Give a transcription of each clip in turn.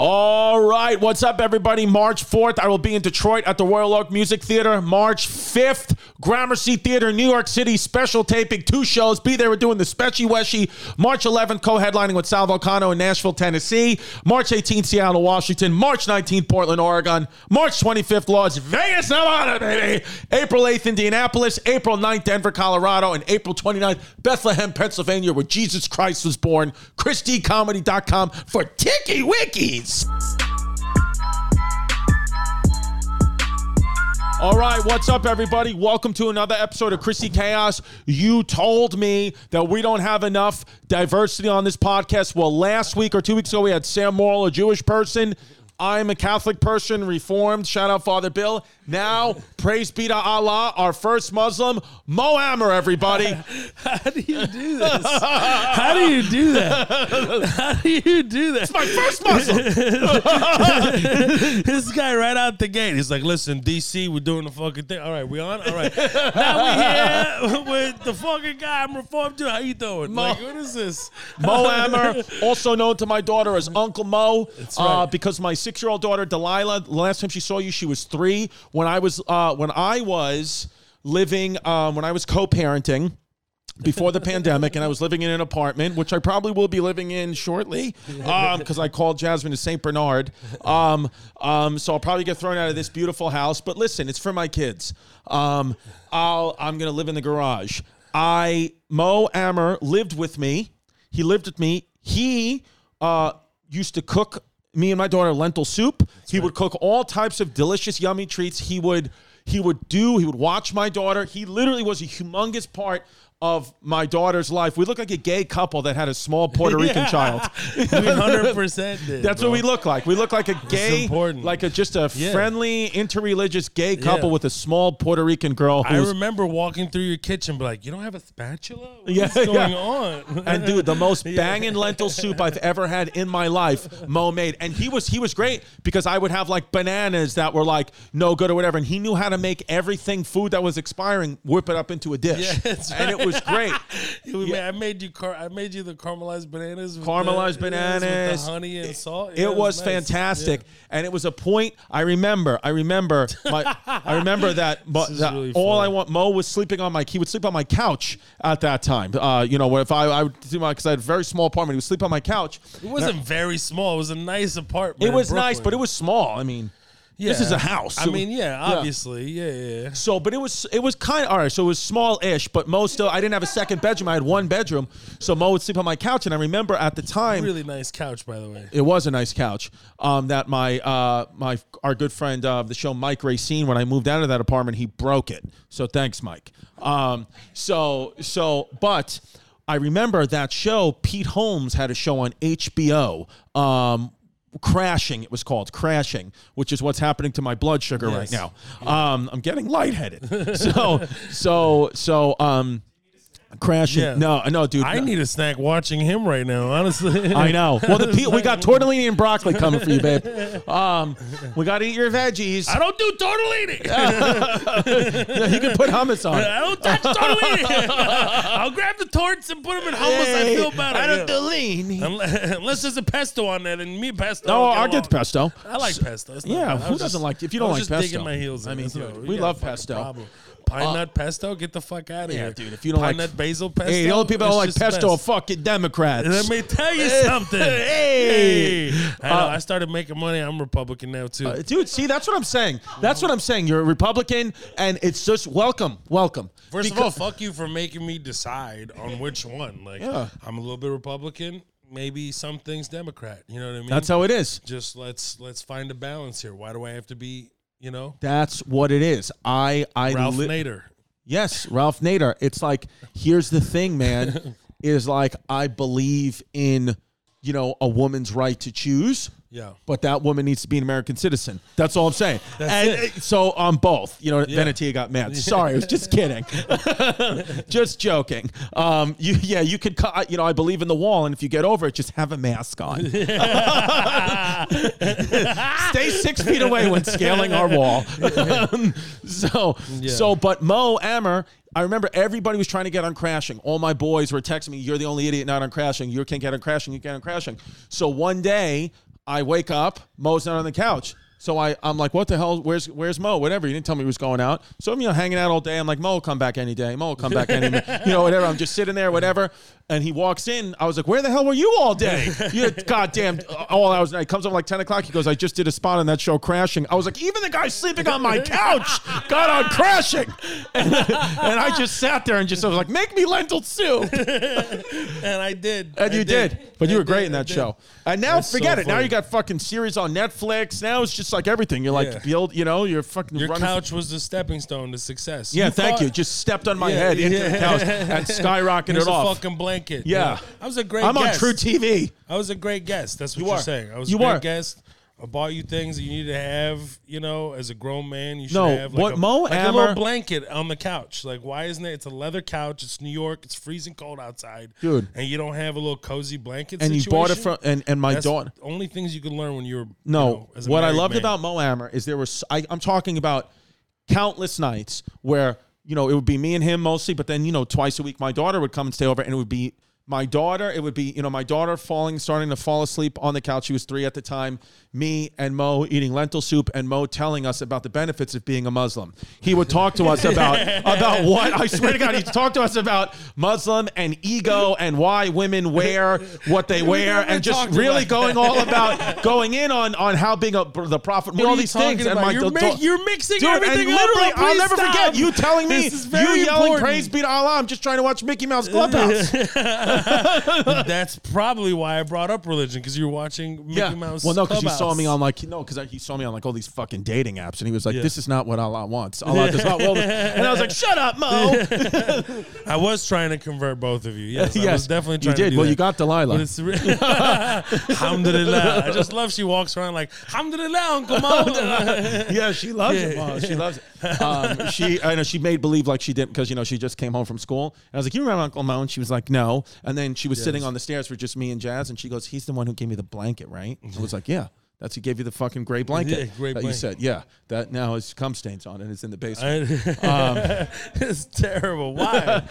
All right, what's up, everybody? March 4th, I will be in Detroit at the Royal Oak Music Theater. March 5th, Gramercy Theater, New York City, special taping, two shows. Be there, we're doing the Spechy Weshy. March 11th, co headlining with Sal Volcano in Nashville, Tennessee. March 18th, Seattle, Washington. March 19th, Portland, Oregon. March 25th, Las Vegas, Nevada, baby. April 8th, Indianapolis. April 9th, Denver, Colorado. And April 29th, Bethlehem, Pennsylvania, where Jesus Christ was born. ChristyComedy.com for Tiki Wikis. All right, what's up, everybody? Welcome to another episode of Christy Chaos. You told me that we don't have enough diversity on this podcast. Well, last week or two weeks ago, we had Sam Morrill, a Jewish person. I'm a Catholic person, Reformed. Shout out Father Bill. Now, praise be to Allah, our first Muslim, Mo Ammer, everybody. How do you do this? How do you do that? How do you do that? My first Muslim. This guy right out the gate, he's like, "Listen, DC, we're doing the fucking thing. All right, we on. All right, now we here with the fucking guy. I'm reformed dude. How you doing? Like, what is this? Mo Ammer, also known to my daughter as Uncle Mo, right. uh, because my six-year-old daughter Delilah, the last time she saw you, she was three. When I was uh, when I was living, um, when I was co-parenting before the pandemic, and I was living in an apartment, which I probably will be living in shortly, because I called Jasmine to Saint Bernard. Um, um, so I'll probably get thrown out of this beautiful house. But listen, it's for my kids. Um, I'll I'm gonna live in the garage. I Mo Ammer lived with me. He lived with me. He uh, used to cook me and my daughter lentil soup. he would cook all types of delicious, yummy treats. He would he would do. He would watch my daughter. He literally was a humongous part of my daughter's life. We look like a gay couple that had a small Puerto Rican child. We hundred percent did. That's bro. what we look like. We look like a gay, important. like a just a Yeah. friendly interreligious gay couple Yeah. with a small Puerto Rican girl. I who's- remember walking through your kitchen, be like, "You don't have a spatula? What's Yeah, yeah. going on?" and dude, the most banging lentil soup I've ever had in my life, Mo made. And he was he was great because I would have like bananas that were like no good or whatever, and he knew how to make everything food that was expiring whip it up into a dish, Yeah, that's and it was great. We- I made you. Car- I made you the caramelized bananas. With Caramelized the, yes, with bananas. the honey and salt. oh, Yeah, It was nice. fantastic, and it was a point I remember. I remember my, I remember that. Mo, is that really all I funny. want, Mo was sleeping on my. He would sleep on my couch at that time. Uh, you know, if I, I would do my because I had a very small apartment. He would sleep on my couch. It wasn't very small. It was a nice apartment. It in was nice, but Brooklyn. it was small. I mean, this Yeah. is a house. I It mean, was- yeah, obviously, yeah, yeah. yeah. So, but it was it was kind of all right. So it was small ish, but Mo still. I didn't have a second bedroom. I had one bedroom, so Mo would sleep on my couch. And I remember at the time, Really nice couch, by the way. it was a nice couch um, that my uh, my our good friend of the show Mike Racine when I moved out of that apartment he broke it so thanks Mike um, so so but I remember that show Pete Holmes had a show on HBO um, crashing it was called crashing which is what's happening to my blood sugar right Yes. now um, I'm getting lightheaded so so so um crashing Yeah. no no dude I no. need a snack watching him right now, honestly. I know. Well, the pe- we got tortellini and broccoli coming for you, babe. Um, we got to eat your veggies. I don't do tortellini. You can put hummus on. it. I don't touch tortellini. I'll grab the torts and put them in hummus. I feel better. I don't yeah. do lean. Unless, unless there's a pesto on there, then me and pesto. No, don't I'll get along. the pesto. I like pesto. It's not yeah, bad. I who was doesn't like- if you I don't was like just pesto. digging my heels. I in. mean, That's dude, not- we got a love fucking pesto. Uh, problem. Pine nut pesto, get the fuck out of Yeah, here, dude, if you don't pine like- nut basil pesto, Hey, the only people that it's don't like just pesto are mess. fucking Democrats. Let me tell you something. Hey. Uh, I, know, I started making money. I'm Republican now too. Dude, see, that's what I'm saying. That's what I'm saying. You're a Republican, and it's just welcome, welcome. First Because- of all, fuck you for making me decide on which one. Like, Yeah. I'm a little bit Republican, maybe some things Democrat. You know what I mean? that's how it is. Just let's let's find a balance here. Why do I have to be? You know, That's what it is. I, I Ralph li- Nader. Yes, Ralph Nader. It's like here's the thing, man. is like I believe in you know a woman's right to choose. Yeah. But that woman needs to be an American citizen. That's all I'm saying. and it. uh, so on both, you know, Venetia got mad. Sorry, I was just kidding. just joking. Um, you, yeah, you could, cu- you know, I believe in the wall, and if you get over it, just have a mask on. Stay six feet away when scaling our wall. Um, so, so, but Mo Ammer, I remember everybody was trying to get on crashing. All my boys were texting me, "You're the only idiot not on crashing. You can't get on crashing. You can't get on crashing." So one day, I wake up, Mo's not on the couch. So I, I'm like, what the hell? Where's where's Mo? Whatever. He didn't tell me he was going out. So I'm you know hanging out all day. I'm like, Mo will come back any day. Mo will come back any day. You know, whatever. I'm just sitting there, whatever. And he walks in. I was like, where the hell were you all day? You goddamn uh, all hours. And he comes up like 10 o'clock. He goes, I just did a spot on that show crashing. I was like, even the guy sleeping on my couch got on crashing. And, and I just sat there and just I was like, make me lentil soup. and I did. And I you did. But you I were great did, in I that did. show. And now That's so forget it. Now funny. you got fucking series on Netflix. Now it's just like everything. You're like Yeah. build, you know, you're fucking Your running. couch was the stepping stone to success. yeah, thank thought- you. Just stepped on my Yeah, head into the yeah. couch and skyrocketed Here's it a off. fucking blanket. Yeah. I was a great. I'm on guest. True TV. I was a great guest. That's what You you are are. saying. I was You a great are. guest. I bought you things that you need to have. You know, as a grown man, you should No, have like, what a, Mo like a Ammer- little blanket on the couch. Like, why isn't it? It's a leather couch. It's New York. It's freezing cold outside, Dude. And you don't have a little cozy blanket. And you bought it situation? from and, and my That's daughter. the Only things you could learn when you were No, You know, as a what I married loved man. about Mo Ammer is there was I, I'm talking about countless nights where you know it would be me and him mostly, but then you know twice a week my daughter would come and stay over, and it would be my daughter. It would be you know my daughter falling, starting to fall asleep on the couch. She was three at the time. Me and Mo eating lentil soup, and Mo telling us about the benefits of being a Muslim. He would talk to us about about what I swear to God, he'd talk to us about Muslim and ego and why women wear what they wear, never and just talked really about going all about going in on on how big a, the prophet What all are you these things talking and about? my da- you're, mi- da- you're mixing Dude, and everything up. literally, bro. I'll Please never stop. forget you telling me This is you very yelling important. praise be to Allah. I'm just trying to watch Mickey Mouse Clubhouse. That's probably why I brought up religion because you're watching Mickey yeah. Mouse. well, no, because he Clubhouse. saw me on like no, because he saw me on like all these fucking dating apps, and he was like, Yeah. "This is not what Allah wants. Allah does not want." And I was like, "Shut up, Mo." I was trying to convert both of you. Yes, I was definitely you trying. did. To do well, that. you got But Delilah. it's re- Alhamdulillah. I just love she walks around like Alhamdulillah, Uncle Mo. Yeah, she loves it. Mo. She loves it. Um, she, I know she made believe like she didn't because you know she just came home from school. And I was like, "You remember Uncle Mo?" And she was like, "No." And then she was sitting on the stairs for just me and Jazz, and she goes, "He's the one who gave me the blanket, right?" I was like, "Yeah." That's who gave you the fucking gray blanket Yeah, gray that you blanket. said. Yeah, that now has cum stains on it. It's in the basement. Um, I- it's terrible. Why?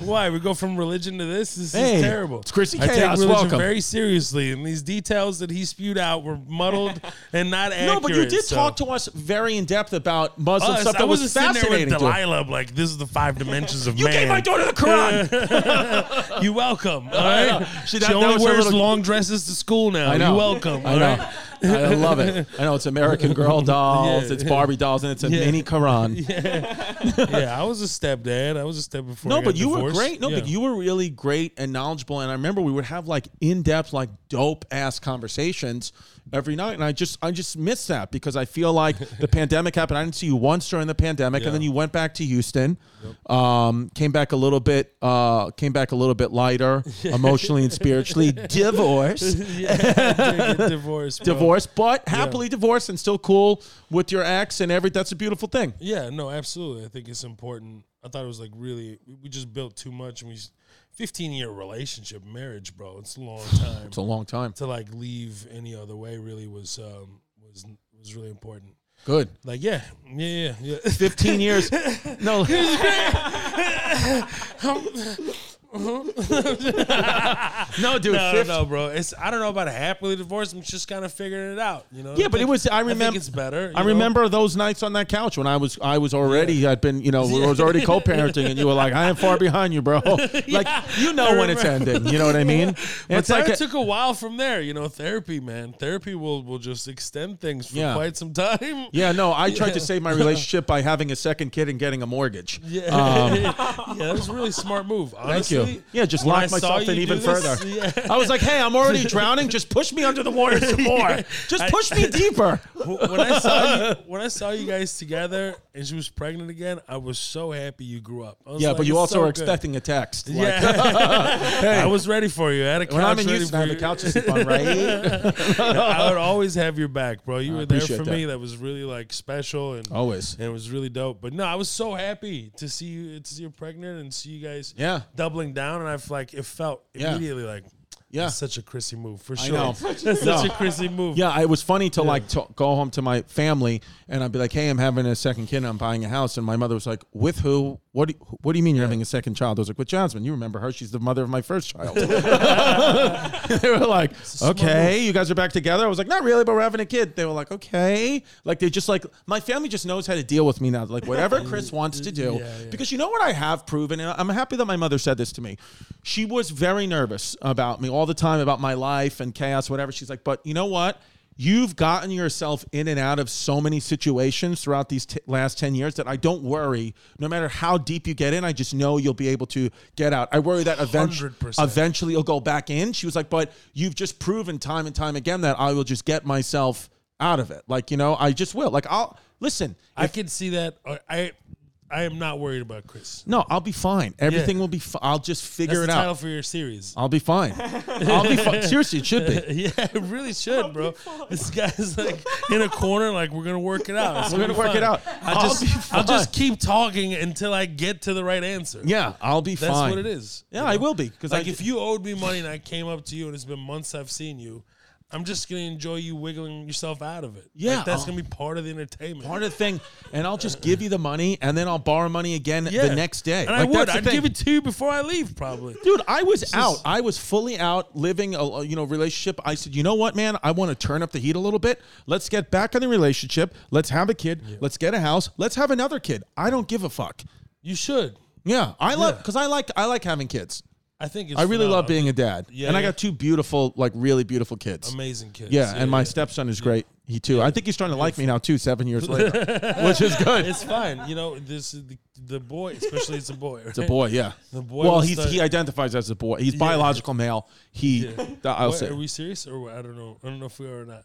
Why we go from religion to this? This Hey, is terrible. it's Chrissy I take Chaos. religion Welcome. very seriously, and these details that he spewed out were muddled and not accurate. no, but you did so- talk to us very in depth about Muslim Us, stuff I that was wasn't sitting there with fascinating. to us. Delilah, like this is the five dimensions of You man. gave my daughter the Quran. You welcome. All I right. know. She- She, that- that only was her wears little- long dresses to school now. I know. You welcome. I all know. right? I love it. I know it's American Girl dolls, Yeah. it's Barbie dolls, and it's a Yeah. mini Quran. yeah, I was a stepdad. I was a step before. I No, got but you were divorced. great. No, Yeah. but you were really great and knowledgeable. And I remember we would have like in depth, like dope ass conversations every night. And I just, I just miss that because I feel like the pandemic happened. I didn't see you once during the pandemic, Yeah. and then you went back to Houston, um, came back a little bit, uh, came back a little bit lighter emotionally and spiritually. Divorce, yeah, I did get divorced. bro. divorce, but happily divorced and still cool with your ex and every. That's a beautiful thing. Yeah, no, absolutely. I think it's important. I thought it was like really. we- We just built too much, and we. s- Fifteen year relationship, marriage, bro. It's a long time It's a long time. to like leave any other way. Really was um was was really important. Good. Like yeah, yeah, yeah. yeah. 15 years. No. no, dude. No, no, 15 no, bro. It's I don't know about happily divorced. I'm just kind of figuring it out, you know. Yeah, I but it think- was- I I remem- think it's better. I you know? remember those nights on that couch when I was I was already I'd been you know I was already co-parenting and you were like I am far behind you, bro. Like you know when it's ending. You know what I mean? But it's like it a- took a while from there, you know. Therapy, man. Therapy will will just extend things for Yeah. quite some time. yeah, no. I tried to save my relationship by having a second kid and getting a mortgage. Yeah, yeah, that was a really smart move. Um, Thank Honestly, you. Yeah, just When I lock saw myself you in do even this- further. yeah. I was like, hey, I'm already drowning. Just push me under the water some more. Just push me deeper. when I saw you, when I saw you guys together and she was pregnant again, I was so happy you grew up. I was Yeah, like, but you it's also so are good. expecting a text. Like, yeah, I was ready for you. I had a couch When I'm in ready Houston, for I have a you. couch to sleep on, right? I would always have your back, bro. You were there appreciate for that. me. That was really like special and Always. and it was really dope. But no, I was so happy to see you to see you pregnant and see you guys Yeah. doubling down. And I've like it felt Yeah. immediately like Yeah. that's such a Chrissy move for sure. know. That's No. such a Chrissy move. Yeah, it was funny to like to go home to my family and I'd be like, "Hey, I'm having a second kid. and I'm buying a house." And my mother was like, "With who? What do, you, what do you mean you're having a second child? I was like, with Jasmine, you remember her. She's the mother of my first child. they were like, okay, you guys are back together. I was like, not really, but we're having a kid. They were like, okay. Like, they just like, my family just knows how to deal with me now. Like, whatever Chris wants to do. Yeah, yeah. Because you know what I have proven? And I'm happy that my mother said this to me. She was very nervous about me all the time, about my life and chaos, whatever. She's like, but you know what? You've gotten yourself in and out of so many situations throughout these t- last 10 years that I don't worry. No matter how deep you get in, I just know you'll be able to get out. I worry that eventually, 100%. eventually you'll go back in. She was like, but you've just proven time and time again that I will just get myself out of it. Like, you know, I just will. Like, I'll listen. I can see that. Uh, I I am not worried about Chris. No, I'll be fine. Everything will be. F- I'll just That's figure the it title out. for your series. I'll be fine. I'll be fine. Seriously, it should be. Yeah, it really should, bro. This guy's like in a corner, like we're gonna work it out. It's We're gonna be work it fine." out. I I'll just, be I'll just fine. keep talking until I get to the right answer. Yeah, I'll be that's fine. what it is. Yeah, I will be because Like I, if you owed me money and I came up to you and it's been months I've seen you, I'm just gonna enjoy you wiggling yourself out of it. Yeah, Like, that's I'll- gonna be part of the entertainment. part of the thing, and I'll just give you the money, and then I'll borrow money again the next day. And I Like, would. that's the I'd thing. give it to you before I leave, probably. Dude, I was out. I was fully out living a- a you know relationship. I said, "You know what, man? I want to turn up the heat a little bit. Let's get back in the relationship. Let's have a kid. Let's get a house. Let's have another kid. I don't give a fuck." You should. Yeah, I love Yeah. cuz I like I like having kids. I think it's I really love phenomenal. being a dad. Yeah, and I yeah. got two beautiful, like really beautiful kids. amazing kids. yeah, and my stepson is great. He too. I think he's trying to like me now too, seven years later, which is good. It's fine. You know, this the, the boy, especially it's a boy. Right? It's a boy, yeah. The boy well, was he's, the- he identifies as a boy. He's biological male. He, I'll What, say. are we serious or what? I don't know. I don't know if we are or not.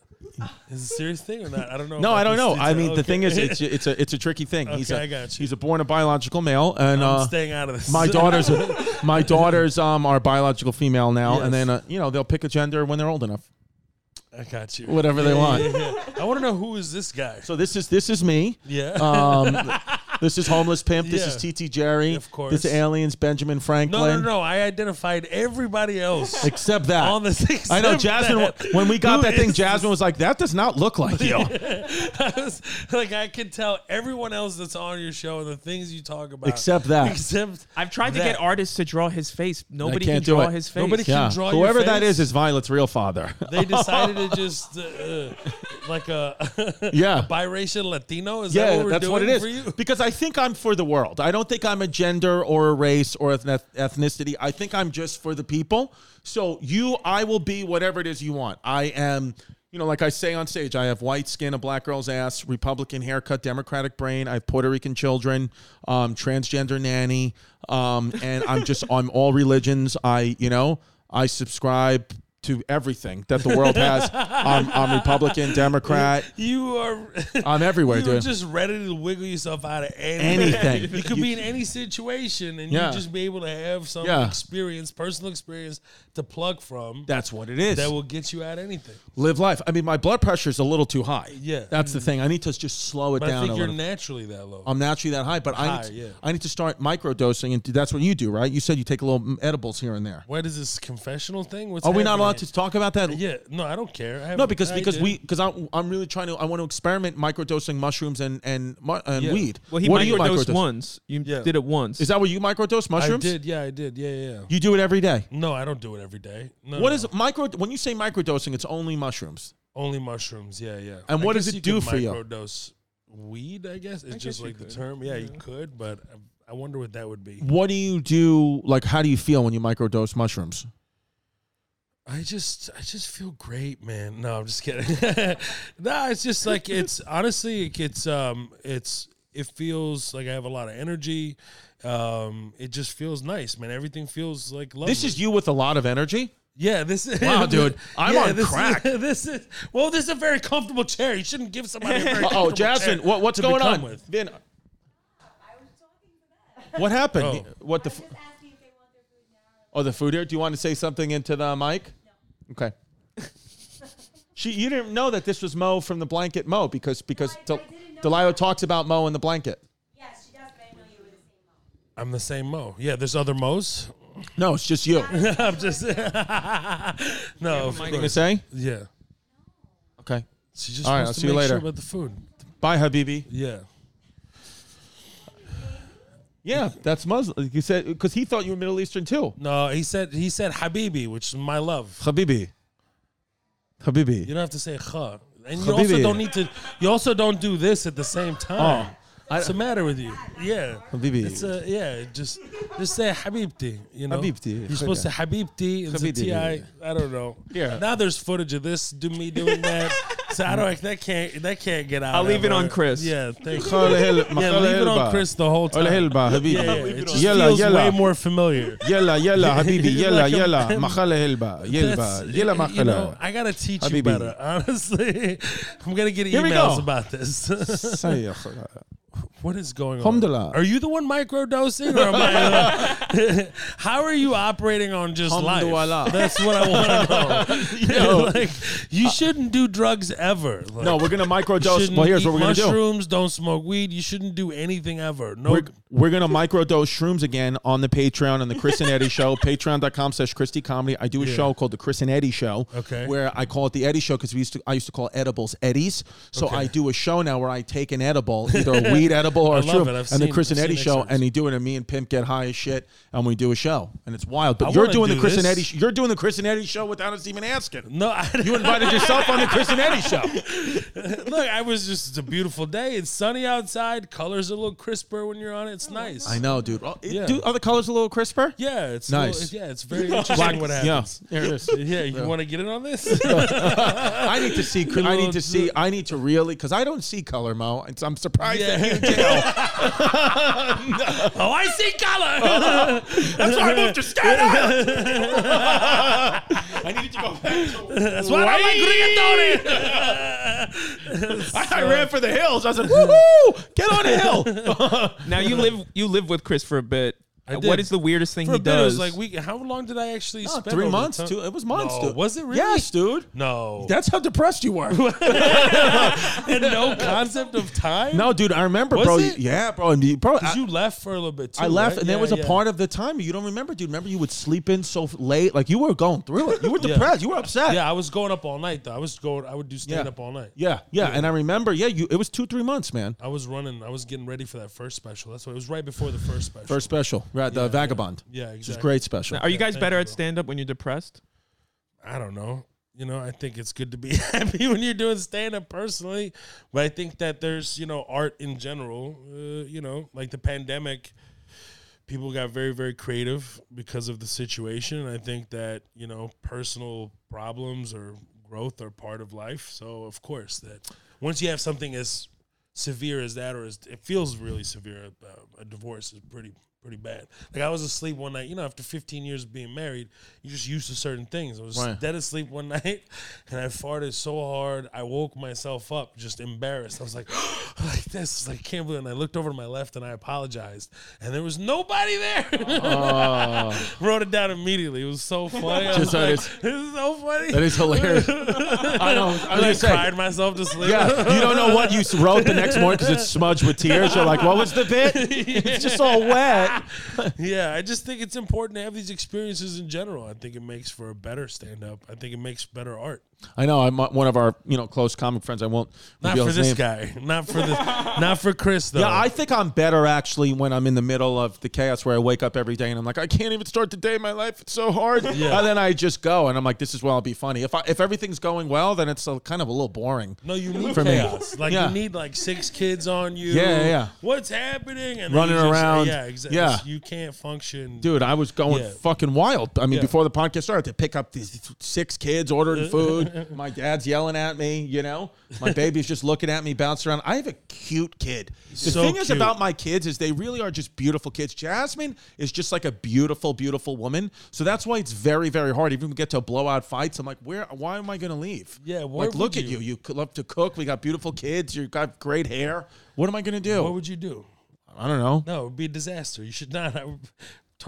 Is it a serious thing or not? I don't know. No, about I don't this know. I detail. mean, the thing is, Okay. it's it's a it's a tricky thing. he's Okay, a, I got you. He's a born a biological male, and I'm uh, staying out of this. my daughters, my daughters um are biological female now, Yes. and then uh, you know they'll pick a gender when they're old enough, I got you. whatever they want. I want to know who is this guy. So this is this is me. Yeah. Um, this is homeless pimp. This Yeah. is TT Jerry. Of course. This is aliens. Benjamin Franklin. no, no, no. I identified everybody else Except that. on this. except I know Jasmine. that. When we got Who that thing, is Jasmine was like, "That does not look like you." I was, like I can tell everyone else that's on your show and the things you talk about, Except that. Except I've tried to that. get artists to draw his face. Nobody can can't do draw it. his face. Nobody can- Yeah. draw your Whoever that face. is is Violet's real father. they decided to just uh, uh, like a Yeah. biracial Latino. Is that Yeah, what we're that's doing what it is. for you? Because I think I'm for the world. I don't think I'm a gender or a race or ethnic- ethnicity. I think I'm just for the people. So you, I will be whatever it is you want. I am, you know, like I say on stage, I have white skin, a black girl's ass, Republican haircut, Democratic brain. I have Puerto Rican children, um, transgender nanny, um, and I'm just I'm all religions. I, you know, I subscribe. To everything that the world has, I'm, I'm Republican, Democrat. You are. I'm everywhere, you dude. were just ready to wiggle yourself out of anything. Anything. You could You- be in any situation and Yeah. you just be able to have some Yeah. experience, personal experience to plug from That's what it is. that will get you out of anything. live life. I mean, my blood pressure is a little too high. Yeah. that's the thing. I need to just slow it Um, But I down a think you're little. naturally that low. I'm naturally that high, but I High, need to, yeah. I need to start microdosing, and do- that's what you do, right? You said you take a little mm, edibles here and there. what is this confessional thing? What's Are we not happening? allowed to talk about that? Yeah, no, I don't care. I No, haven't- because I because did. we because I'm, I'm really trying to I want to experiment microdosing mushrooms and and mu- and Yeah. weed. Well, he What do you microdosed microdose? once. You Yeah. did it once. Is that what you microdose I mushrooms? did, yeah, I did, yeah, yeah. yeah. You do it every day. No, I don't do it every day. No, What no. is micro? When you say microdosing, it's only mushrooms. only mushrooms? Yeah, yeah. And I what does guess it do you could for you? Microdose weed, I guess. It's just guess you like the could. term. Yeah, you could, but I, I wonder what that would be. What do you do? Like, how do you feel when you microdose mushrooms? I just, I just feel great, man. No, I'm just kidding. no, it's just like it's honestly, it gets, um, it's, it feels like I have a lot of energy. Um, it just feels nice, man. Everything feels like lovely. This is you with a lot of energy. Yeah, this is Wow, dude. I'm on this crack. Is, this is well, this is a very comfortable chair. You shouldn't give somebody a very Oh, comfortable Jasmine, chair what, what's to going become on? With. Vin, I was talking to them. what happened? Oh. What the? I F- was just asking if they want their food now. oh, the food here. Do you want to say something into the mic? No. Okay. she, you didn't know that this was Mo from the blanket Mo because because No, Del- I- I didn't know Delio that. talks about Mo and the blanket. Yes, she does, but I know you were the same mom. I'm the same Mo. Yeah, there's other Mo's. No, it's just you. I'm just no. of Anything to course. say? Yeah, Okay. she just All right, wants I'll to see you make later. sure about the food. Bye, Habibi. Yeah. Yeah, that's Muslim. You said because he thought you were Middle Eastern too. No, he said he said Habibi, which is my love. Habibi. Habibi. You don't have to say kha. And you Habibi. Oh, also don't need to you also don't do this at the same time. What's the matter with you? Yeah. Habibi. It's a, yeah, just just say Habibti, you know. Habibti. You're supposed to Habibti and Habibti. Ti. I don't know. Yeah. Now there's footage of this do me doing that. so I don't that can't that can't get out. I'll leave it ever. on Chris. Yeah, thank you. Call the hell- Yeah, call the leave it hell on bar. Chris the whole Call the hell time. bar, Habibi. Yeah, yeah, it just Yalla, feels yalla. way more familiar. Yella, yella, Habibi, yella, Like a- yella, Makhala Hilba, That's- Yelba, Yella you know, Makhala. I gotta teach Habibi. you better, honestly. I'm gonna get Here we emails go. about this. Say, ya khala. what is going on? Alhamdulillah. Are you the one microdosing, or am I? how are you operating on just Alhamdulillah. life? That's what I want to know. Yo. like, you shouldn't do drugs ever. Like, No, we're gonna microdose. Well, here's what we're gonna do. mushrooms, Mushrooms, don't smoke weed. You shouldn't do anything ever. No, We're, we're gonna microdose shrooms again on the Patreon and the Chris and Eddie show. Patreon.com slash Christy Comedy. I do a Yeah. show called the Chris and Eddie Show. Okay. Where I call it the Eddie Show because we used to I used to call edibles Eddies. So Okay. I do a show now where I take an edible, either a weed edible or I a love shroom, it. I've and the seen- Chris I've and Eddie seen show, excerpts. and you do it. And me and Pimp get high as shit, and we do a show, and it's wild. But I you're wanna doing do the Chris and this. Eddie. sh- You're doing the Chris and Eddie show without us even asking. no, I, You invited yourself on the Chris and Eddie show. Look, I was just it's a beautiful day. It's sunny outside. Colors are a little crisper when you're on it. It's nice. I know, dude. Oh, it- Yeah. Do are the colors a little crisper? Yeah, it's Nice. nice. yeah, it's very interesting what happens. Yeah, there it is. Yeah, you want to get in on this? I need to see. The I need to little- see. I need to really because I don't see color, Mo. It's, I'm surprised that you do. oh, I see color. That's why I moved to Staten Island. I needed to go back. To, That's why I like green I, I ran for the hills. I said, "Woohoo! Get on a hill." Now you live you live with Chris for a bit. did. What is the weirdest thing For he a bit, it does? was like, we, how long did I actually spend? Three over months. the Two, time? it was months. No, dude. was it really? Yes, dude. No. That's how depressed you were. and no concept of time? no, dude. I remember, bro. it? Yeah, bro. And you, bro. I, 'Cause you left for a little bit too. I left, right? and there Yeah, was a yeah. part of the time you don't remember, dude. Remember, you would sleep in so f- late, like you were going through it. You were depressed. You were upset. Yeah, I was going up all night, though. I was going, I would do stand Yeah. up all night. Yeah, yeah, and I remember, yeah, you it was two, three months, man. I was running. I was getting ready for that first special. That's why it was right before the first special. First special, right? The Vagabond, Yeah, which is exactly. great special. Are you guys thank better you, at bro. stand up when you're depressed? I don't know. You know, I think it's good to be happy when you're doing stand up personally, but I think that there's, you know, art in general, uh, you know, like the pandemic, people got very, very creative because of the situation. I think that, you know, personal problems or growth are part of life. So, of course, that once you have something as severe as that, or as it feels really severe, uh, a divorce is pretty pretty bad. Like I was asleep one night, you know, after 15 years of being married, you're just used to certain things. I was Right. dead asleep one night, and I farted so hard I woke myself up, just embarrassed. I was like, like this, like I can't believe. It. And I looked over to my left, and I apologized, and there was nobody there. Wrote it down immediately. It was so funny. I Oh. was Just that like, is- this is so funny. That is hilarious. I know. I I like was gonna say, cried myself to sleep. yeah, you don't know what you wrote the next morning because it's smudged with tears. You're like, what was the bit? It's just all wet. Yeah, I just think it's important to have these experiences in general. I think it makes for a better stand up. I think it makes better art. I know. I'm uh, one of our you know close comic friends. I won't Not reveal for his this name. guy. Not for this. Not for Chris though. Yeah, I think I'm better actually when I'm in the middle of the chaos where I wake up every day and I'm like, I can't even start the day. My life it's so hard. Yeah. And then I just go and I'm like, this is where I'll be funny. If I, if everything's going well, then it's a, kind of a little boring. no, you need For me. chaos. Like Yeah. you need like six kids on you. Yeah, yeah, yeah. What's happening? And then Running you just- around. Yeah, exactly. Yeah. You can't function. Dude, I was going Yeah. fucking wild. I mean, Yeah. before the podcast started, to pick up these six kids ordering food. My dad's yelling at me, you know. My baby's just looking at me, bouncing around. I have a cute kid. The So thing is cute. about my kids is they really are just beautiful kids. Jasmine is just like a beautiful, beautiful woman. So that's why it's very, very hard. Even when we get to blowout fights, I'm like, where? Why am I going to leave? Yeah, where like look at would you. you? You c- love to cook. We got beautiful kids. You got great hair. What am I going to do? What would you do? I don't know. No, it would be a disaster. You should not. I'm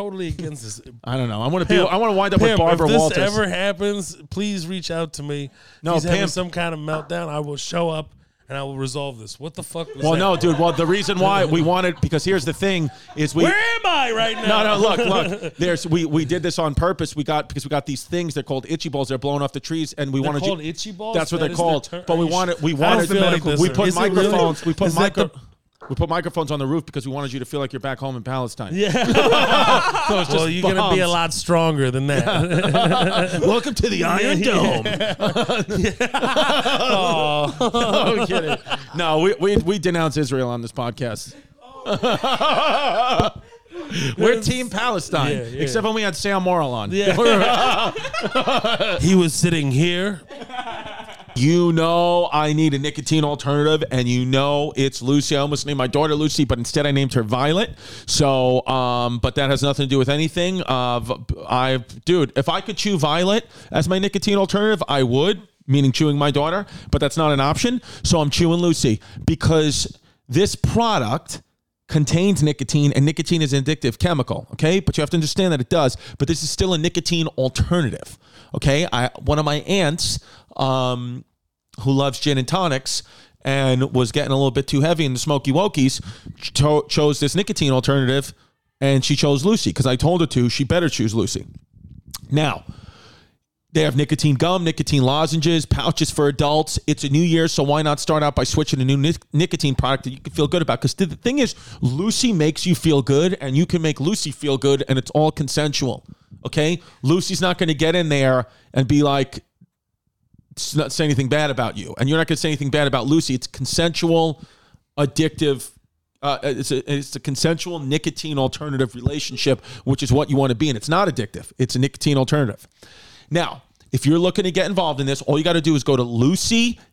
totally against this. I don't know. I want to be. I want to wind up with Pimp, Barbara if this Walters. ever happens, please reach out to me. No, No, if he's having Pimp- some kind of meltdown, I will show up and I will resolve this. What the fuck? Was Well, that? no, dude. Well, the reason why we wanted because here's the thing is we. Where am I right now? no, no, look, look. There's we we did this on purpose. We got because we got these things. They're called itchy balls. They're blown off the trees, and we They're wanted called you- itchy balls? That's what That they're is their called. term. but we Are you wanted we sure? I don't wanted the feel like medical. this we is- put is it really? microphones. We put Is that micro. the- We put microphones on the roof because we wanted you to feel like you're back home in Palestine. well, you're gonna be a bombs. lot stronger than that. Welcome to the Iron Dome. No, I'm kidding. No, we, we, we denounce Israel on this podcast. We're Team Palestine, Oh. Yeah, yeah. except when we had Sam Morrill on. he was sitting here. You know I need a nicotine alternative, and you know it's Lucy. I almost named my daughter Lucy, but instead I named her Violet. So, um, but that has nothing to do with anything. Uh, v- I, dude, if I could chew Violet as my nicotine alternative, I would, meaning chewing my daughter. But that's not an option. So I'm chewing Lucy because this product contains nicotine and nicotine is an addictive chemical okay but you have to understand that it does but this is still a nicotine alternative okay i one of my aunts um, who loves gin and tonics and was getting a little bit too heavy in the smoky wokies cho- chose this nicotine alternative and she chose lucy because i told her to she better choose lucy now they have nicotine gum, nicotine lozenges, pouches for adults. It's a new year, so why not start out by switching to a new nic- nicotine product that you can feel good about? Because the thing is, Lucy makes you feel good, and you can make Lucy feel good, and it's all consensual. Okay, Lucy's not going to get in there and be like, s- not say anything bad about you, and you're not going to say anything bad about Lucy. It's consensual, addictive. Uh, it's a it's a consensual nicotine alternative relationship, which is what you want to be, and it's not addictive. It's a nicotine alternative. Now, if you're looking to get involved in this, all you got to do is go to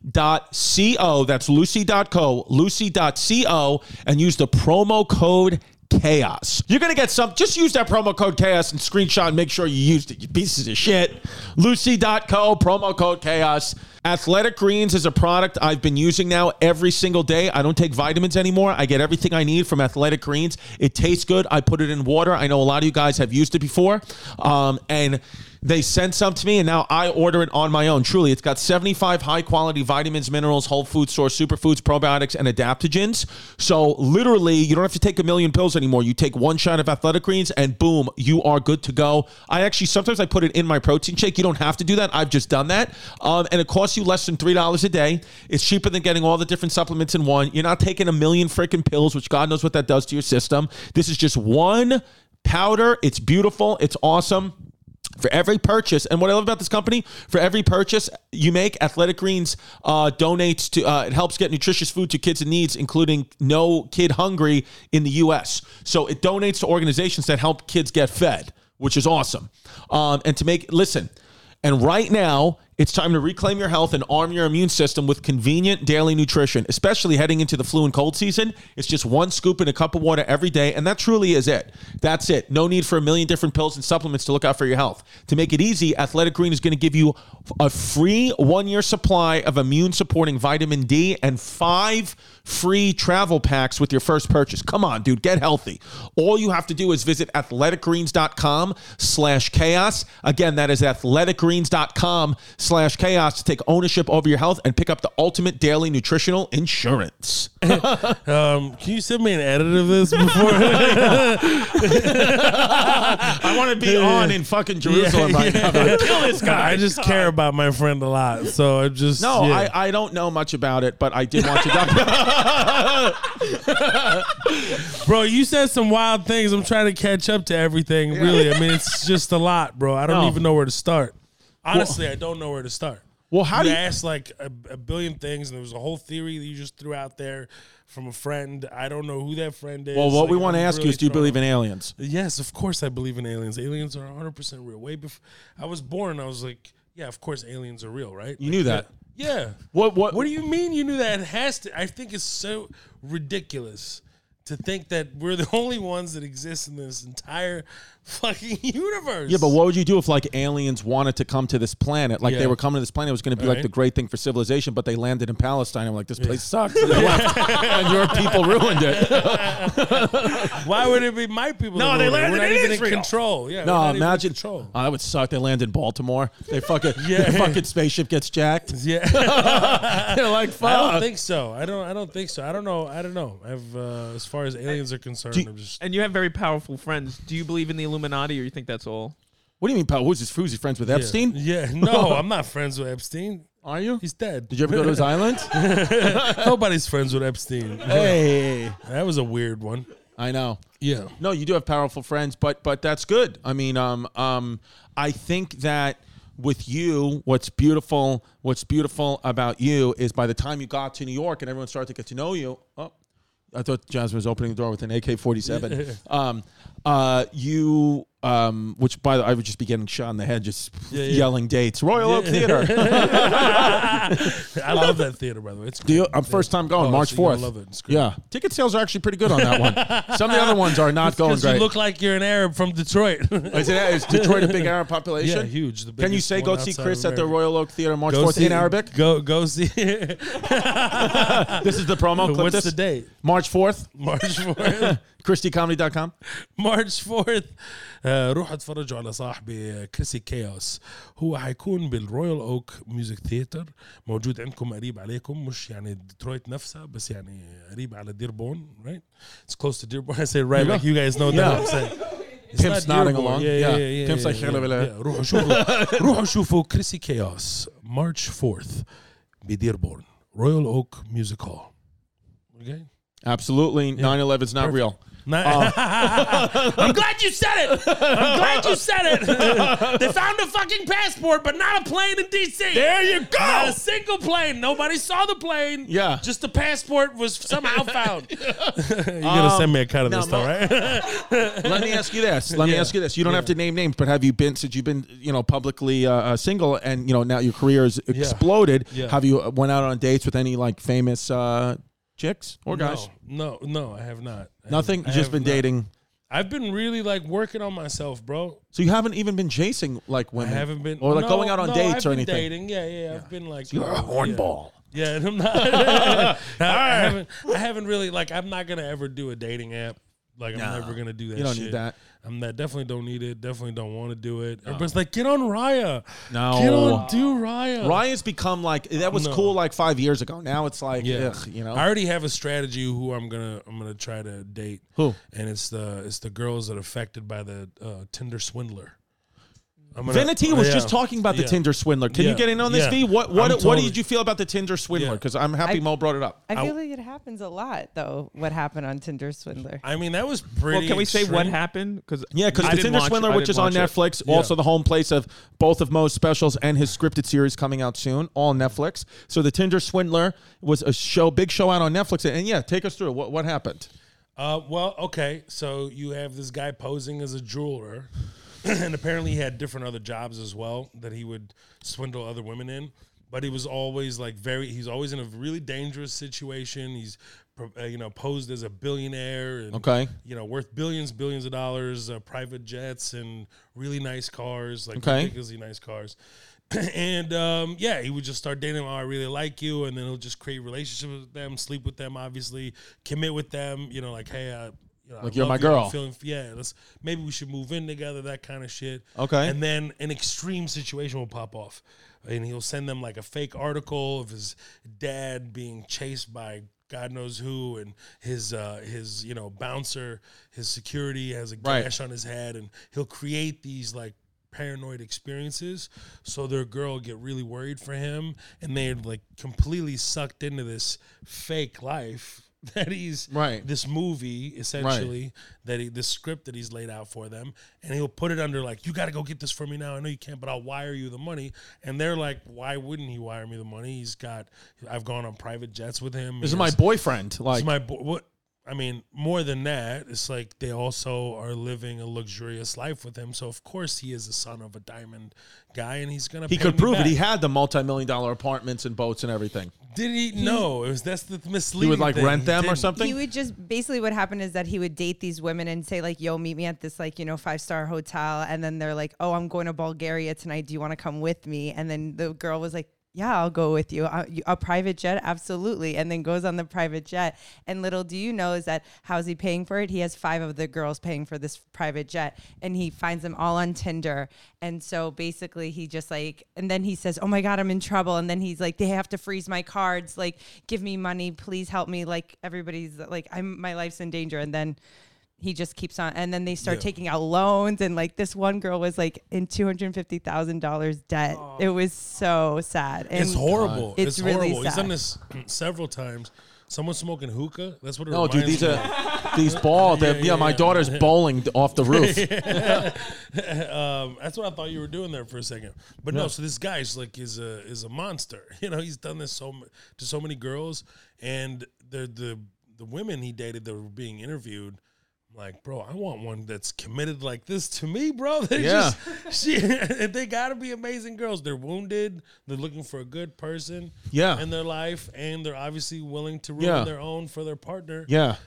lucy.co. That's lucy.co, lucy.co, and use the promo code chaos. You're going to get some. Just use that promo code chaos and screenshot and make sure you used it, you pieces of shit. Lucy.co, promo code chaos. Athletic Greens is a product I've been using now every single day. I don't take vitamins anymore. I get everything I need from Athletic Greens. It tastes good. I put it in water. I know a lot of you guys have used it before. Um, and they sent some to me, and now I order it on my own. Truly, it's got 75 high quality vitamins, minerals, whole food source, superfoods, probiotics, and adaptogens. So, literally, you don't have to take a million pills anymore. You take one shot of athletic greens, and boom, you are good to go. I actually sometimes I put it in my protein shake. You don't have to do that. I've just done that. Um, and it costs you less than $3 a day. It's cheaper than getting all the different supplements in one. You're not taking a million freaking pills, which God knows what that does to your system. This is just one powder. It's beautiful, it's awesome for every purchase and what i love about this company for every purchase you make athletic greens uh, donates to uh, it helps get nutritious food to kids in needs including no kid hungry in the us so it donates to organizations that help kids get fed which is awesome um, and to make listen and right now, it's time to reclaim your health and arm your immune system with convenient daily nutrition, especially heading into the flu and cold season. It's just one scoop in a cup of water every day, and that truly is it. That's it. No need for a million different pills and supplements to look out for your health. To make it easy, Athletic Green is going to give you a free one year supply of immune supporting vitamin D and five free travel packs with your first purchase. Come on, dude, get healthy. All you have to do is visit athleticgreens.com slash chaos. Again, that is athleticgreens.com slash chaos to take ownership over your health and pick up the ultimate daily nutritional insurance. Um, can you send me an edit of this before? I want to be on in fucking Jerusalem right now. Kill this guy. I just care about my friend a lot, so I just No, yeah. I, I don't know much about it, but I did want to. bro, you said some wild things. I'm trying to catch up to everything. Really, I mean, it's just a lot, bro. I don't No. even know where to start. Honestly, I don't know where to start. well, how do you you? asked like a, a billion things, and there was a whole theory that you just threw out there from a friend. I don't know who that friend is. Well, what Like, we want to I'm ask you really is, do you thrown believe off. in aliens? Yes, of course I believe in aliens. Aliens are 100% real. Way before I was born, I was like, yeah, of course aliens are real, right? You knew that. Yeah. What? What? What do you mean you knew that? It has to. I think it's so ridiculous to think that we're the only ones that exist in this entire fucking universe. Yeah, but what would you do if like aliens wanted to come to this planet? Like they Yeah. were coming to this planet, it was going to be like Right. the great thing for civilization, but they landed in Palestine. I'm like, this place sucks, and, they left, and your people ruined it. Why would it be my people? No, that they rule it? landed We're not in even Israel. in control. Yeah. we're No, not even in imagine. control. Oh, that would suck. They land in Baltimore. They fucking Yeah. their fucking spaceship gets jacked. Yeah. They're like, I fuck. don't think so. I don't. I don't think so. I don't know. I don't know. I've, uh, as far as aliens are concerned, I'm just. And you have very powerful friends. Do you believe in the Illuminati, or you think that's all? what do you mean, pal? Who's his who's he friends with Epstein? Yeah. No, I'm not friends with Epstein. Are you? He's dead. Did you ever go to his island? Nobody's friends with Epstein. Oh. hey, That was a weird one. I know. Yeah. No, you do have powerful friends, but but that's good. I mean, um, um, I think that with you, what's beautiful, what's beautiful about you is by the time you got to New York and everyone started to get to know you. Oh, I thought Jasmine was opening the door with an AK forty seven. Um, uh, you. Um, which by the I would just be getting shot in the head, just yeah. yelling dates. Royal Oak Theater. I love that theater, by the way. It's Do great. you- I'm first time going, Oh, March so you're gonna fourth. love it. It's great. Yeah, ticket sales are actually pretty good on that one. Some of the other ones are not going Because you great. look like you're an Arab from Detroit. Is, it, is Detroit a big Arab population? Yeah, huge. The Can you biggest say go one see outside Chris of at the America. Royal Oak Theater March Go 4th see in Arabic? Go go see. This is the promo. Clip What's this. the date? March 4th, March fourth. ChristyComedy.com. مارش 4 روح آه، اتفرجوا على صاحبي كريسي كيوس هو حيكون بالرويال اوك ميوزك ثيتر موجود عندكم قريب عليكم مش يعني ديترويت نفسها بس يعني قريب على ديربون right it's close to dearborn I say right like you guys know that I'm saying It's Pimp's not nodding along. Dearborn. Yeah, yeah, Yeah. yeah, yeah, Pimp's yeah, like, "Hello, hello." yeah, yeah. روحوا شوفوا روحوا شوفوا كريسي كيوس مارش 4th بديربورن رويال اوك ميوزك هول okay Absolutely. 9 11 is not real. Oh. I'm glad you said it. I'm glad you said it. they found a fucking passport, but not a plane in D.C. There you go. Not a single plane. Nobody saw the plane. Yeah. Just the passport was somehow found. You're gonna send me a cut of now, this, though, Mark- right? Let me ask you this. Let me Yeah. ask you this. You don't have to name names, but have you been, since you've been, you know, publicly uh, uh, single and, you know, now your career has exploded, Yeah. have you uh, went out on dates with any, like, famous uh, chicks or guys? No, no, no, I have not. I Nothing? have- You've I just have been not. dating. I've been really like working on myself, bro. So you haven't even been chasing, like, I women? haven't been Or, like, no, going out on no, dates I've or been anything? Dating, yeah, yeah, I've been like You're a yeah. hornball. Yeah, and I'm not. I, haven't, I haven't really like. I'm not gonna ever do a dating app. Like I'm never gonna do that. You don't shit. need that. I'm that definitely don't need it. Definitely don't want to do it. Everybody's like, get on Raya. No. get on do Raya. Ryan's become like that was No. cool like five years ago. Now it's like, Yeah, ugh, you know. I already have a strategy who I'm gonna I'm gonna try to date. Who? And it's the it's the girls that are affected by the uh, Tinder swindler. I'm gonna- Vanity was yeah. just talking about the Yeah. Tinder swindler. Can you Yeah. get in on this, Yeah. V? What what I'm what totally- did you feel about the Tinder swindler? Yeah. Because I'm happy I- Mo brought it up. I I- feel like it happens a lot, though. What happened on Tinder Swindler? I mean, that was pretty. Well, can we say what extreme. happened? Because Yeah, because the Tinder swindler, which is on Netflix, also the home place of both of Mo's specials and his scripted series coming out soon, all on Netflix. So the Tinder swindler was a show, big show out on Netflix. And yeah, take us through what what happened. Uh, well, okay. So you have this guy posing as a jeweler, and apparently he had different other jobs as well that he would swindle other women in. But he was always like very. He's always in a really dangerous situation. He's, pro- uh, you know, posed as a billionaire and Okay. you know, worth billions, billions of dollars, uh, private jets, and really nice cars, like Okay. ridiculously nice cars. and um, yeah, he would just start dating. Oh, I really like you, and then he'll just create relationships with them, sleep with them, obviously commit with them. You know, like hey, I, you know, I Like, you're love my you, I'm girl. Feeling, yeah, let's maybe we should move in together, that kind of shit. Okay. and then an extreme situation will pop off. And he'll send them like a fake article of his dad being chased by God knows who, and his uh, his you know bouncer, his security has a Right. gash on his head, and he'll create these like paranoid experiences. So their girl will get really worried for him, and they're like completely sucked into this fake life that he's Right. this movie essentially that he this script that he's laid out for them and he'll put it under like you got to go get this for me now i know you can't but i'll wire you the money and they're like why wouldn't he wire me the money he's got i've gone on private jets with him This is my boyfriend. Like it's my bo- what I mean, more than that, it's like they also are living a luxurious life with him. So of course he is the son of a diamond guy, and he's gonna. he pay could me prove it. back. He had the multi million dollar apartments and boats and everything. did he? No, it was that's the misleading. He would like thing. rent He them or didn't. something. He would just basically what happened is that he would date these women and say like, "Yo, meet me at this like you know five star hotel," and then they're like, "Oh, I'm going to Bulgaria tonight. Do you want to come with me?" And then the girl was like. Yeah, I'll go with you. A, a private jet, absolutely. And then goes on the private jet. And little do you know is that how's he paying for it? He has five of the girls paying for this private jet, and he finds them all on Tinder. And so basically, he just like, and then he says, "Oh my God, I'm in trouble." And then he's like, "They have to freeze my cards. Like, give me money, please help me. Like, everybody's like, I'm my life's in danger." And then he just keeps on and then they start Yeah. taking out loans and like this one girl was like in $250,000 debt. It was so sad. And It's horrible. God. It's, It's really horrible. He's sad. done this several times. Someone smoking hookah. That's what it No, reminds dude, these me. are these balls. Yeah, Yeah, yeah, yeah, my yeah. daughter's bowling off the roof. um, that's what I thought you were doing there for a second. But no, so this guy's like is a is a monster. You know, he's done this so m- to so many girls, and the the the women he dated that were being interviewed. I'm Like, bro, I want one that's committed like this to me, bro. They Yeah. just she, they gotta be amazing girls. They're wounded. They're looking for a good person Yeah. in their life, and they're obviously willing to ruin Yeah. their own for their partner. Yeah.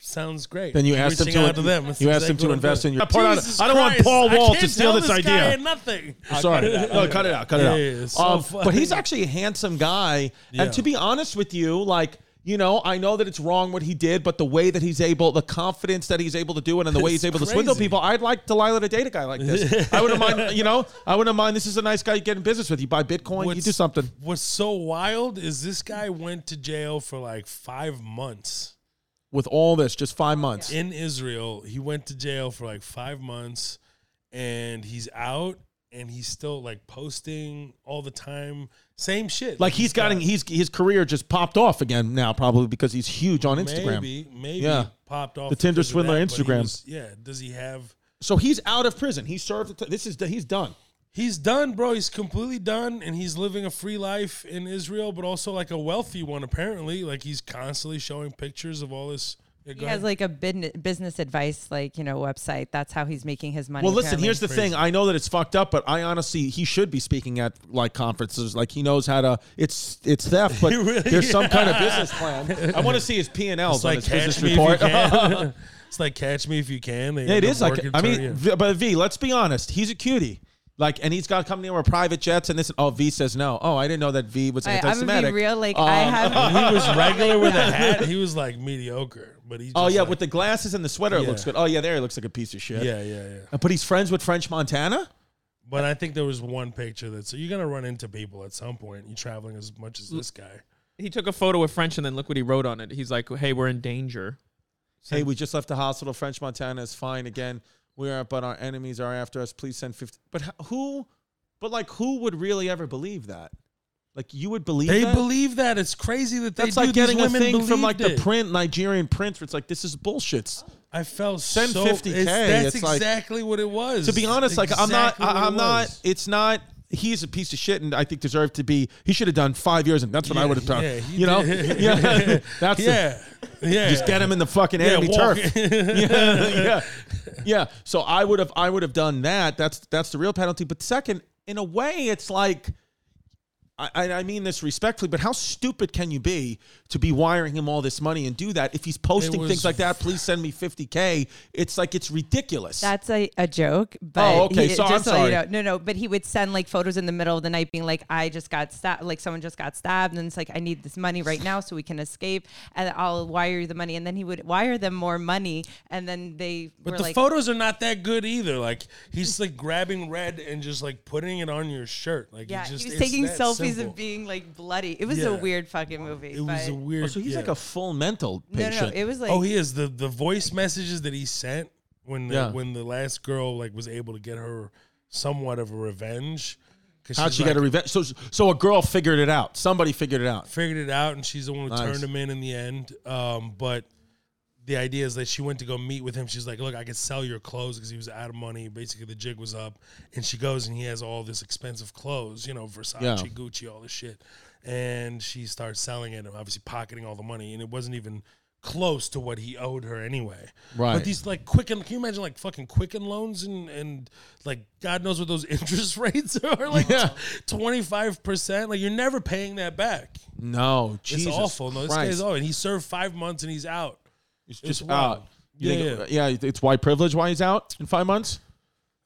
Sounds great. Then you asked him Reaching to, out to them. That's you asked exactly him to what I'm invest doing. in your. Part out- Jesus I don't want Christ, Paul I Wall to can't steal tell this guy idea. nothing. Sorry. Cut it out. no, cut it out. Cut it Yeah, out. yeah, it's so Um, funny. but he's actually a handsome guy. Yeah. And to be honest with you, like, you know, I know that it's wrong what he did, but the way that he's able, the confidence that he's able to do it, and the way It's he's able to swindle crazy. people, I'd like Delilah to date a guy like this. I wouldn't mind, you know, I wouldn't mind. This is a nice guy you get in business with. You buy Bitcoin, you do something. What's so wild is this guy went to jail for like five months With all this, just five months. in Israel. He went to jail for like five months, and he's out, and he's still like posting all the time, same shit. Like he's got- gotten, he's his career just popped off again now, probably because he's huge on Instagram. maybe maybe Yeah. popped off The Tinder because of swindler that, but he Instagram. was- yeah, does he have? So he's out of prison. He served. This is he's done. He's done, bro. He's completely done, and he's living a free life in Israel, but also like a wealthy one. Apparently, like he's constantly showing pictures of all this. Yeah, go he has ahead. like a bin- business advice like, you know, website. That's how he's making his money. Well, listen. apparently. Here's the thing. I know that it's fucked up, but I honestly, he should be speaking at like conferences. Like he knows how to. It's it's theft, but really- there's some kind of business plan. I want to see his P and L's it's on like his business catch me report. if you can. it's like catch me if you can. They it end up is like. working I for mean, you. V- but V. Let's be honest. He's a cutie. Like, and he's got to come near with private jets and this. Oh, V says no. Oh, I didn't know that V was I, I'm gonna anti-Semitic. be real. Like I Um, have he was regular with a hat. He was like mediocre, but he. Just Oh yeah, like- with the glasses and the sweater, it Yeah. looks good. Oh yeah, there he looks like a piece of shit. yeah, yeah, yeah. But he's friends with French Montana. But I think there was one picture that so you're gonna run into people at some point. You're traveling as much as this guy. He took a photo with French and then look what he wrote on it. He's like, "Hey, we're in danger." Hey, we just left the hospital. French Montana is fine again. We are, but our enemies are after us. Please send fifty. But h- who? But like, who would really ever believe that? Like, you would believe They that? believe that it's crazy that they That's do. like getting These a women thing from believed like it. the print Nigerian prince. Where it's like this is bullshits. I felt Send so. 50K, it's- That's it's like- exactly what it was. To be honest, like I'm not. Exactly what I, it I'm not. was. It's not. He's a piece of shit, and I think deserved to be. He should have done five years, and that's what I Yeah, would have done. yeah, he you know, did. yeah, that's the- yeah, yeah. Just get him in the fucking Yeah, enemy walk. turf. yeah, yeah, yeah. So I would have, I would have done that. That's that's the real penalty. But second, in a way, it's like, I, I I mean this respectfully, but how stupid can you be to be wiring him all this money and do that if he's posting was- things like that? Please send me fifty k. It's like it's ridiculous. that's a, a joke. But Oh, okay, he- so I'm just so you sorry. know- no, no. But he would send like photos in the middle of the night, being like, "I just got stabbed. Like someone just got stabbed." And it's like, "I need this money right now so we can escape, and I'll wire you the money." And then he would wire them more money, and then they were But the like, photos are not that good either. Like he's like grabbing red and just like putting it on your shirt. Like "Yeah." he, just, he was it's taking that selfies simple. of being like bloody. It was Yeah. a weird fucking movie. It was but- a weird. Oh, so he's yeah. like a full mental no, patient. no, no. It was like oh, he is the the voice messages that he sent when the, Yeah. when the last girl like was able to get her somewhat of a revenge. 'cause How'd she's she like, get a revenge? So so a girl figured it out. Somebody figured it out. figured it out, and she's the one who Nice. turned him in in the end. Um, but the idea is that she went to go meet with him. She's like, "Look, I could sell your clothes because he was out of money. Basically, the jig was up." And she goes, and he has all this expensive clothes, you know, Versace, Yeah. Gucci, all this shit. And she starts selling it, and obviously pocketing all the money. And it wasn't even close to what he owed her anyway. But Right. these like Quicken, can you imagine like fucking Quicken loans and and like God knows what those interest rates are, like Yeah. twenty five percent. Like you're never paying that back. No, It's Jesus awful. No, this Christ. guy's awful. And he served five months and he's out. It's It's just wild. out. You Yeah, think, yeah, it's white privilege why he's out in five months?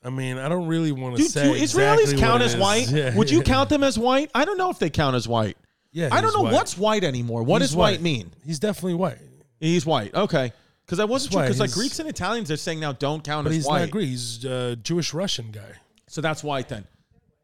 I mean, I don't really want to Dude, say. do Israelis exactly count what it as is. white? Yeah. Would you count them as white? I don't know if they count as white. Yeah, I don't he's know white. what's white anymore. What He's does white mean? He's definitely white, He's white. Okay. Because I wasn't He's sure. white. Because like He's- Greeks and Italians, they're saying now don't count but as he's white. not Greek. He's uh, Jewish Russian guy. So that's white then.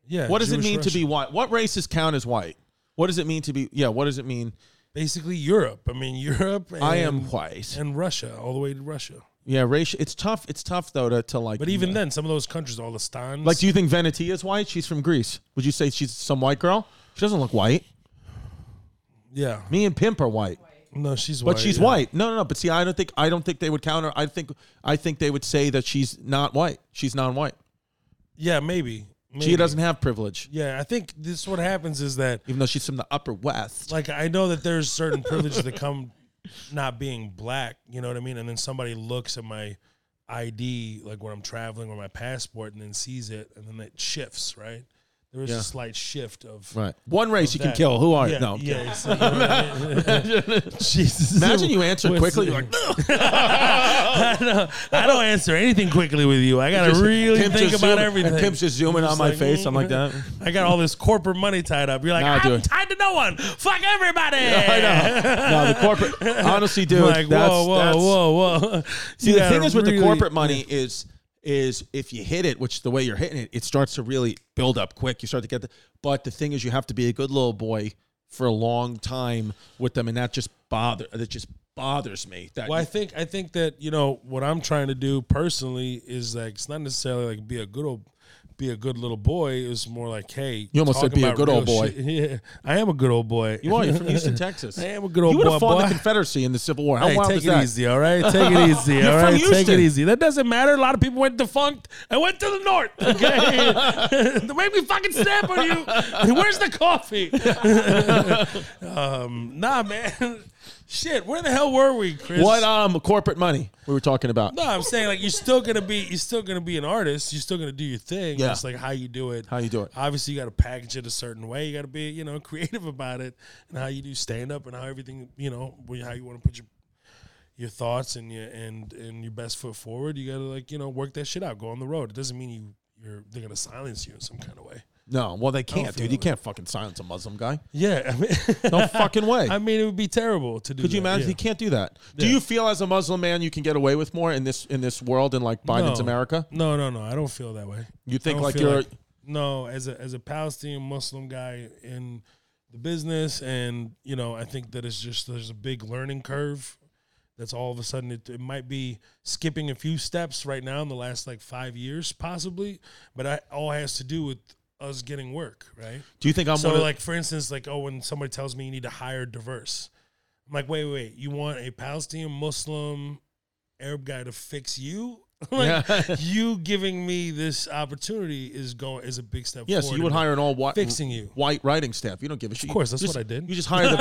Yeah. What does Jewish it mean to Russian. be white? What races count as white? What does it mean to be? Yeah. What does it mean? basically Europe? I mean, Europe. And, I am white. and Russia, all the way to Russia. Yeah, racial. It's tough. It's tough though to, to like. But even then, some of those countries, all the stans, like, do you think Venetia is white? She's from Greece. Would you say she's some white girl? She doesn't look white. yeah, Me and Pimp are white, no, she's white, but she's yeah. white. No, no, no. But see, I don't think I don't think they would counter. I think I think they would say that she's not white. She's non-white. Yeah, maybe, maybe. She doesn't have privilege, Yeah, I think this what happens is that even though she's from the Upper West. like I know that there's certain privileges that come not being black, you know what I mean? And then somebody looks at my ID, like when I'm traveling or my passport, and then sees it, and then it shifts, right? There is Yeah. a slight shift of Right. One race you can that. kill. Who are Yeah, you? No. I'm yeah, you see, you know what I mean? Jesus. Imagine you answer What's- quickly. You're like, I, know. I don't answer anything quickly with you. I gotta Just- really Pimp think just about zoom- everything. and Pimp's just zooming Just on my face. I'm like that. I got all this corporate money tied up. You're like, Nah, I'm dude. tied to no one. Fuck everybody. I know. No, the corporate. Honestly, dude. like, that's, whoa, whoa, that's- whoa, whoa. See, the thing is with the corporate money is is if you hit it, which the way you're hitting it, it starts to really build up quick. You start to get the. But the thing is, you have to be a good little boy for a long time with them, and that just bother. That just bothers me. That Well, I think I think that you know what I'm trying to do personally is like it's not necessarily like be a good old be a good little boy. It's more like hey, You almost talk said be a about good old real boy. shit. Yeah, I am a good old boy. you are. You're from Houston, Texas. I am a good old You would boy, have fought boy. the Confederacy in the Civil War. How hey, wild take is it that? easy, all right. Take it easy, all from right. Take Houston. it easy. That doesn't matter. A lot of people went to funk and went to the north. Okay, the way we fucking snap on you. Where's the coffee? um, nah, man. Shit, where the hell were we, Chris? What um corporate money we were talking about? No, I'm saying like you're still gonna be you're still gonna be an artist. You're still gonna do your thing. Yeah. It's like how you do it. How you do it. Obviously, you got to package it a certain way. You got to be you know creative about it and how you do stand up and how everything you know wh- how you want to put your your thoughts and your and and your best foot forward. You got to like you know work that shit out. Go on the road. It doesn't mean you you're they're gonna silence you in some kind of way. No, well they can't, feel dude. You it. can't fucking silence a Muslim guy. Yeah, I mean, No fucking way. I mean it would be terrible to do. Could you that, imagine? yeah. You can't do that. Do Yeah. you feel as a Muslim man you can get away with more in this in this world in like Biden's No. America? No, no, no. I don't feel that way. You I think don't like feel you're- no as a as a Palestinian Muslim guy in the business, and you know, I think that it's just there's a big learning curve. That's all of a sudden it, it might be skipping a few steps right now in the last like five years possibly, but I all has to do with us getting work right. Do you think I'm So, one of- like for instance, like oh, when somebody tells me you need to hire diverse, I'm like, wait, wait, wait. you want a Palestinian Muslim Arab guy to fix you? like, Yeah. you giving me this opportunity is going is a big step. Yes, forward you would in- hire an all white fixing you. white writing staff. You don't give a shit. Of course, that's You just- what I did. You just hire the.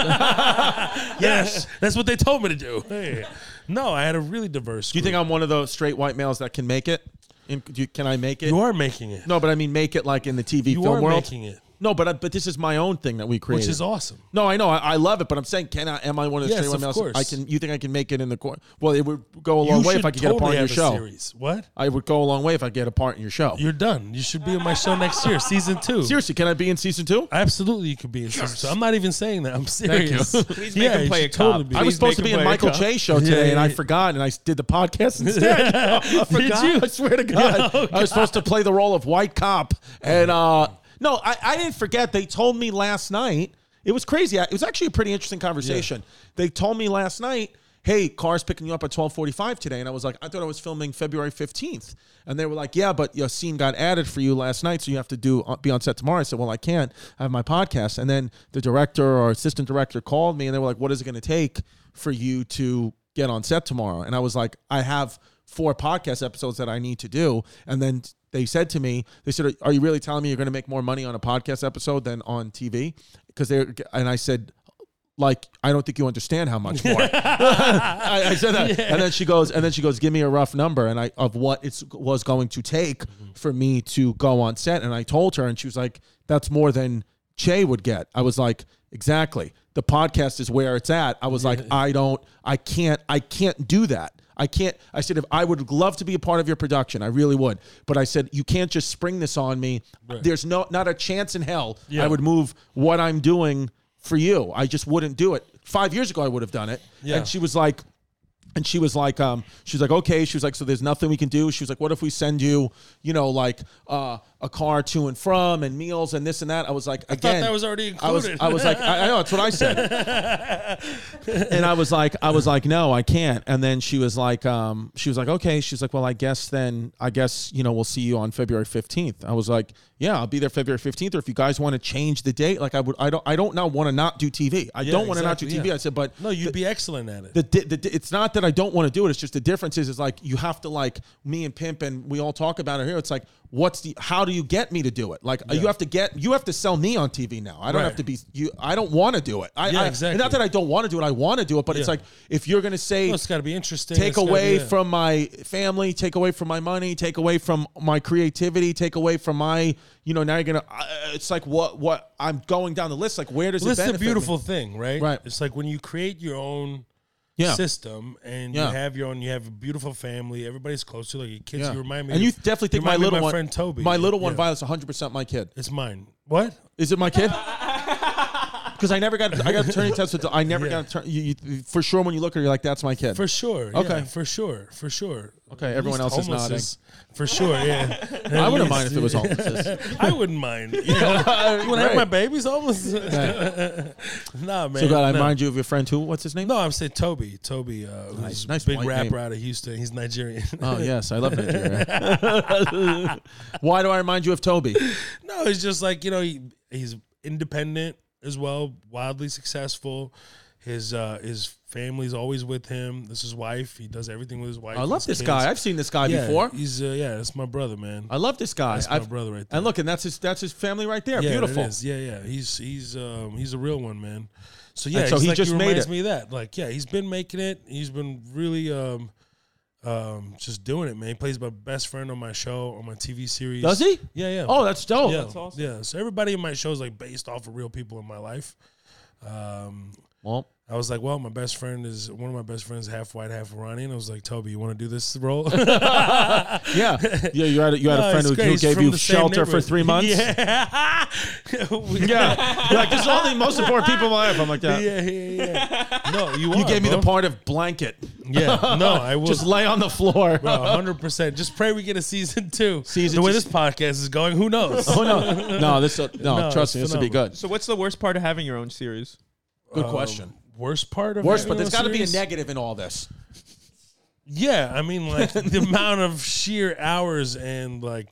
yes, that's what they told me to do. Hey. No, I had a really diverse. do you think I'm one of those straight white males that can make it? In- do you- Can I make it? you are making it? no, but I mean make it like in the TV you film are world. making it, No, but I, but this is my own thing that we created. which is awesome. No, I know. I, I love it, but I'm saying, can I? Am I one of the Yes, straight white of males? course. I can. You think I can make it in the court? Well, it would go a long way if I could get a part in your show. Series. What? I would go a long way if I get a part in your show. You're done. You should be in my show next year, season two. Seriously, can I be in season two? Absolutely, you could be a sister. I'm not even saying that. I'm serious. Please make him you play should a cop. be. I was Please supposed to make be him in play a Michael cop. Jay's show today, and I yeah. forgot, and I did the podcast instead. I forgot. you? I swear to God, I was supposed to play the role of white cop, and uh, no, I, I didn't forget. They told me last night. It was crazy. I- It was actually a pretty interesting conversation. They told me last night, "Hey, car's picking you up at twelve forty-five today," and I was like, "I thought I was filming February fifteenth," and they were like, "Yeah, but your scene got added for you last night, so you have to do uh, be on set tomorrow." I said, "Well, I can't. I have my podcast." And then the director or assistant director called me, and they were like, "What is it going to take for you to get on set tomorrow. And I was like, I have four podcast episodes that I need to do. And then they said to me, they said, Are you really telling me you're going to make more money on a podcast episode than on TV? Because they, and I said, like I don't think you understand how much more. I, I said that, and then she goes, and then she goes, give me a rough number, and I of what it was going to take for me to go on set, and I told her, and she was like, that's more than Che would get. I was like, exactly. The podcast is where it's at. I was like, I don't, I can't, I can't do that. I can't. I said, if I would love to be a part of your production, I really would. But I said, you can't just spring this on me. There's no, not a chance in hell I would move what I'm doing for you. I just wouldn't do it. Five years ago, I would have done it. Yeah. And she was like, and she was like, um, she was like, okay. She was like, so there's nothing we can do. She was like, what if we send you, you know, like uh, a car to and from and meals and this and that. I was like, again, that was already I was, included. I was like, I, I know that's what I said, and I was like, I was like, no, I can't. And then she was like, um, she was like, okay. She's like, well, I guess then, I guess you know, we'll see you on February fifteenth. I was like, yeah, I'll be there February fifteenth. Or if you guys want to change the date, like I would, I don't, I don't now want to not do TV. I don't want to exactly, not do TV. yeah. I said, but No, you'd be excellent at it. the, di- the di- it's not that I don't want to do it. It's just the difference is, is like you have to like me and Pimp and we all talk about it here. It's like what's the how do you get me to do it? Like you have to get you have to sell me on TV now. I don't Right. have to be you. I don't want to do it. I, Yeah, I- and exactly. Not that I don't want to do it. I want to do it, but it's Yeah. like if you're gonna say No, it's got to be interesting. take It's gotta away be, yeah. from my family, take away from my money, take away from my creativity, take away from my you know now you're gonna. Uh, it's like what what I'm going down the list. Like where does Well, it that's the benefit me? beautiful thing, right? Right. It's like when you create your own Yeah. system and Yeah. you have your own, you have a beautiful family. Everybody's close to like your kids. Yeah. You remind me, and you definitely think my remind me of little one, friend Toby, my little one, Yeah. Violet's 100 percent my kid. It's mine. What? Is it my kid? Because I never got, I got attorney test. With, I never Yeah. got attorney. You, you, for sure, when you look at her, you're like, "That's my kid." For sure. Okay. yeah, for sure. For sure. Okay, At everyone least else is homeless nodding. for sure. Yeah. I At wouldn't least- mind if it was homeless. I wouldn't mind. You, know, you want to have my babies homeless? nah, man. So God, I no. mind you of your friend who? What's his name? No, I'm saying Toby. Toby, uh, who's Nice a big white rapper name. out of Houston. He's Nigerian. Oh yes, I love Nigeria. Why do I remind you of Toby? No, it's just like you know he, he's independent as well, wildly successful. His uh, his family's always with him. This is his wife. He does everything with his wife. I and love his this guy. kids. I've seen this guy yeah, before. He's uh, yeah, that's my brother, man. I love this guy. That's my I've- brother right there. And look, and that's his that's his family right there. yeah, that Beautiful. is. Yeah, yeah. He's he's um, he's a real one, man. So yeah, And so he's he like, just made reminds it. me of that. Like yeah, he's been making it. He's been really um, um, just doing it, man. He plays my best friend on my show on my TV series. Does he? Yeah, yeah. Oh, that's dope. yeah, awesome. yeah. So everybody in my show is like based off of real people in my life. Um, Well, I was like, well, my best friend is one of my best friends, half white, half Iranian. I was like, Toby, you want to do this role? no, yeah, yeah. You had a, you had a friend it's who, great. who He's gave from you the same shelter for neighborhood. three months. Yeah, We- Yeah. You're like, this is all the most important people in my life. I'm like, yeah. yeah, yeah, yeah. No, you You are, gave me the bro. part of blanket. Yeah, no, I will. Just lay on the floor. hundred percent. Just pray we get a season two. Season the way two. this podcast is going, who knows? oh, no. No, this, no, No, trust me, it's this will be good. So what's the worst part of having your own series? Um, Good question. Worst part of Worst, having but there's got to be a series? negative in all this. Yeah, I mean, like the amount of sheer hours and like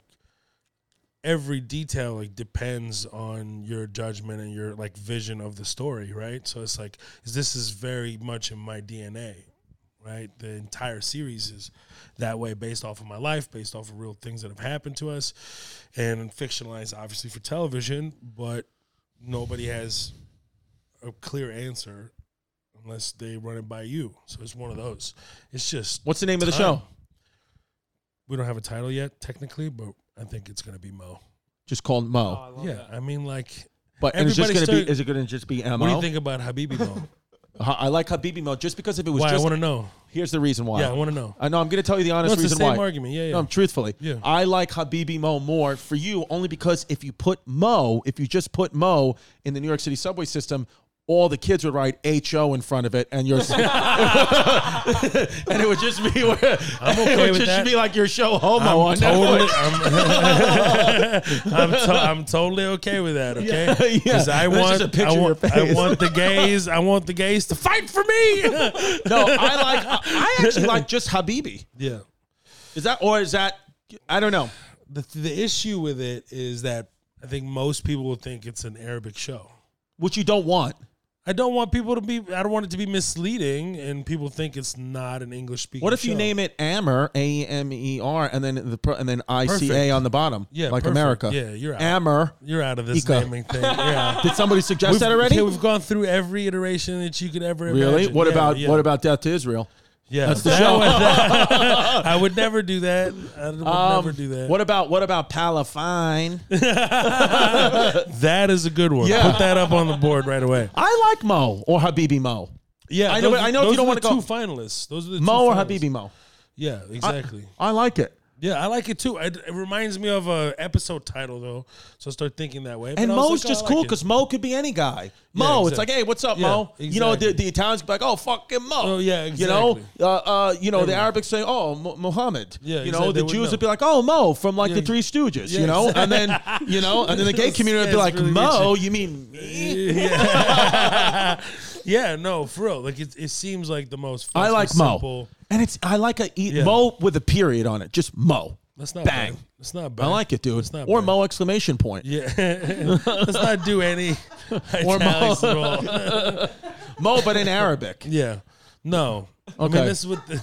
every detail like depends on your judgment and your like vision of the story, right? So it's like this is very much in my DNA, right? The entire series is that way, based off of my life, based off of real things that have happened to us, and fictionalized obviously for television, but nobody has a clear answer unless they run it by you. So it's one of those. It's just What's the name of the Time. show? we don't have a title yet technically, but I think it's gonna be Mo. Just called Mo. yeah, I mean, like, But and it's just going to Oh, everybody be, started- is it going to just be Mo? what do you think about Habibi Mo? Ha- I like Habibi Mo just because if it was Why I just, want to know. here's the reason why. Yeah, I want to know. I know I'm going to tell you the honest No, it's the reason same why. argument. Yeah, yeah. No, I'm truthfully. Yeah. I like Habibi Mo more for you only because if you put Mo, if you just put Mo in the New York City subway system, all the kids would write H O in front of it, and yours, and it would just be where I'm okay it would with just that. be like your show homo on totally, Netflix. I'm, I'm, to, I'm totally okay with that. Okay, Yeah, yeah. because I That's want, just a picture I of want, your I face. want the gays, I want the gays to fight for me. No, I like I- I actually like just Habibi. yeah, Is that or is that I don't know. the the issue with it is that I think most people will think it's an Arabic show. What you don't want. I don't want people to be. I don't want it to be misleading, and people think it's not an English speaking. What if you name it Amer, A M E R, and then the pro- and then I C A Perfect. on the bottom, Yeah, like perfect. America. Yeah, you're out. Amer. You're out of this Ika. naming thing. Yeah. Did somebody suggest We've- that already? yeah, we've gone through every iteration that you could ever Really? imagine. What Yeah, about yeah. what about Death to Israel? Yeah, That's the that show. would- that- I would never do that. I would never Um, do that. What about what about Palafine? That is a good one. Yeah. Put that up on the board right away. I like Mo or Habibi Mo. Yeah, I know- those- I know if those you don't are the wanna two finalists. Those are the Mo two or finalists. Habibi Mo. Yeah, exactly. I like it. Yeah, I like it too. It, it reminds me of a episode title though, so I start thinking that way. And But I was Mo's like, oh, I just like cool it. because Mo could be any guy. Mo, it's like, exactly. hey, what's up, Yeah, Mo? You know, the, exactly. the Italians be like, oh, fucking Mo. Oh, yeah, You know, exactly. uh, uh, you know, the Arabics say, oh, Mo- Muhammad. Yeah, you exactly, know, they the would Jews know. would be like, oh, Mo from like Yeah, the Three Stooges. yeah, you know, and then you know, and then the gay community would be like, That's really Mo, interesting. you mean me? yeah. yeah, no, for real. Like it, it seems like the most. I like fucking Mo, simple- and it's I like a e- Yeah. Mo with a period on it, just Mo. That's not bang. bad. That's not bad. I like it, dude. It's not Or bad. Mo exclamation point. Yeah, let's not do any Or Mo. italics at all. Mo, but in Arabic. Yeah, no. I mean, Okay. this is what the,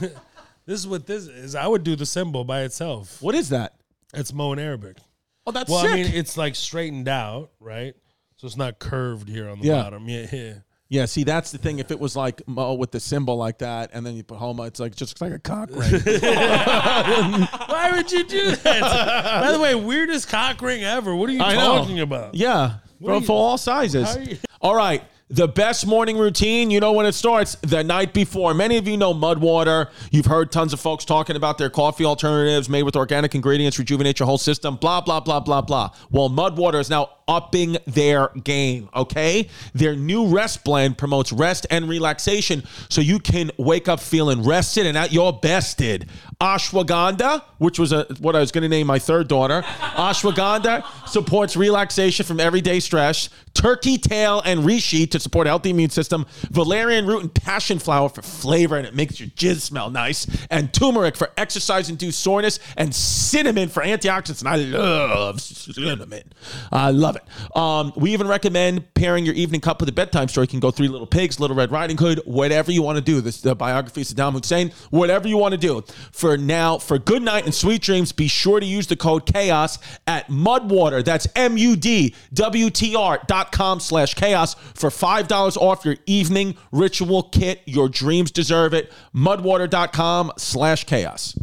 this is what this is. I would do the symbol by itself. What is that? It's Mo in Arabic. Oh, that's Well, sick. I mean, it's like straightened out, right? So it's not curved here on the Yeah. bottom. Yeah, yeah. Yeah, see, that's the thing. If it was like Mo with the symbol like that, and then you put Homa, it's like just like a cock ring. Why would you do that? By the way, weirdest cock ring ever. What are you I know. talking about? yeah, are from you- for all sizes. How are you- All right. The best morning routine, you know when it starts, the night before. Many of you know mud water. You've heard tons of folks talking about their coffee alternatives made with organic ingredients, rejuvenate your whole system, blah, blah, blah, blah, blah. Well, mud water is now upping their game, okay? Their new rest blend promotes rest and relaxation so you can wake up feeling rested and at your bested. Ashwagandha, which was a, what I was going to name my third daughter, ashwagandha supports relaxation from everyday stress. Turkey tail and reishi to support a healthy immune system. Valerian root and passion flower for flavor and it makes your jizz smell nice. And turmeric for exercise induced soreness. And cinnamon for antioxidants. And I love cinnamon. I love it. Um, we even recommend pairing your evening cup with a bedtime story. You can go Three Little Pigs, Little Red Riding Hood, whatever you want to do. This is the biography of Saddam Hussein. Whatever you want to do. For now, for good night and sweet dreams, be sure to use the code chaos at mudwater. That's M-U-D-W-T-R dot com slash chaos for $5 off your evening ritual kit. Your dreams deserve it. Mudwater.com slash chaos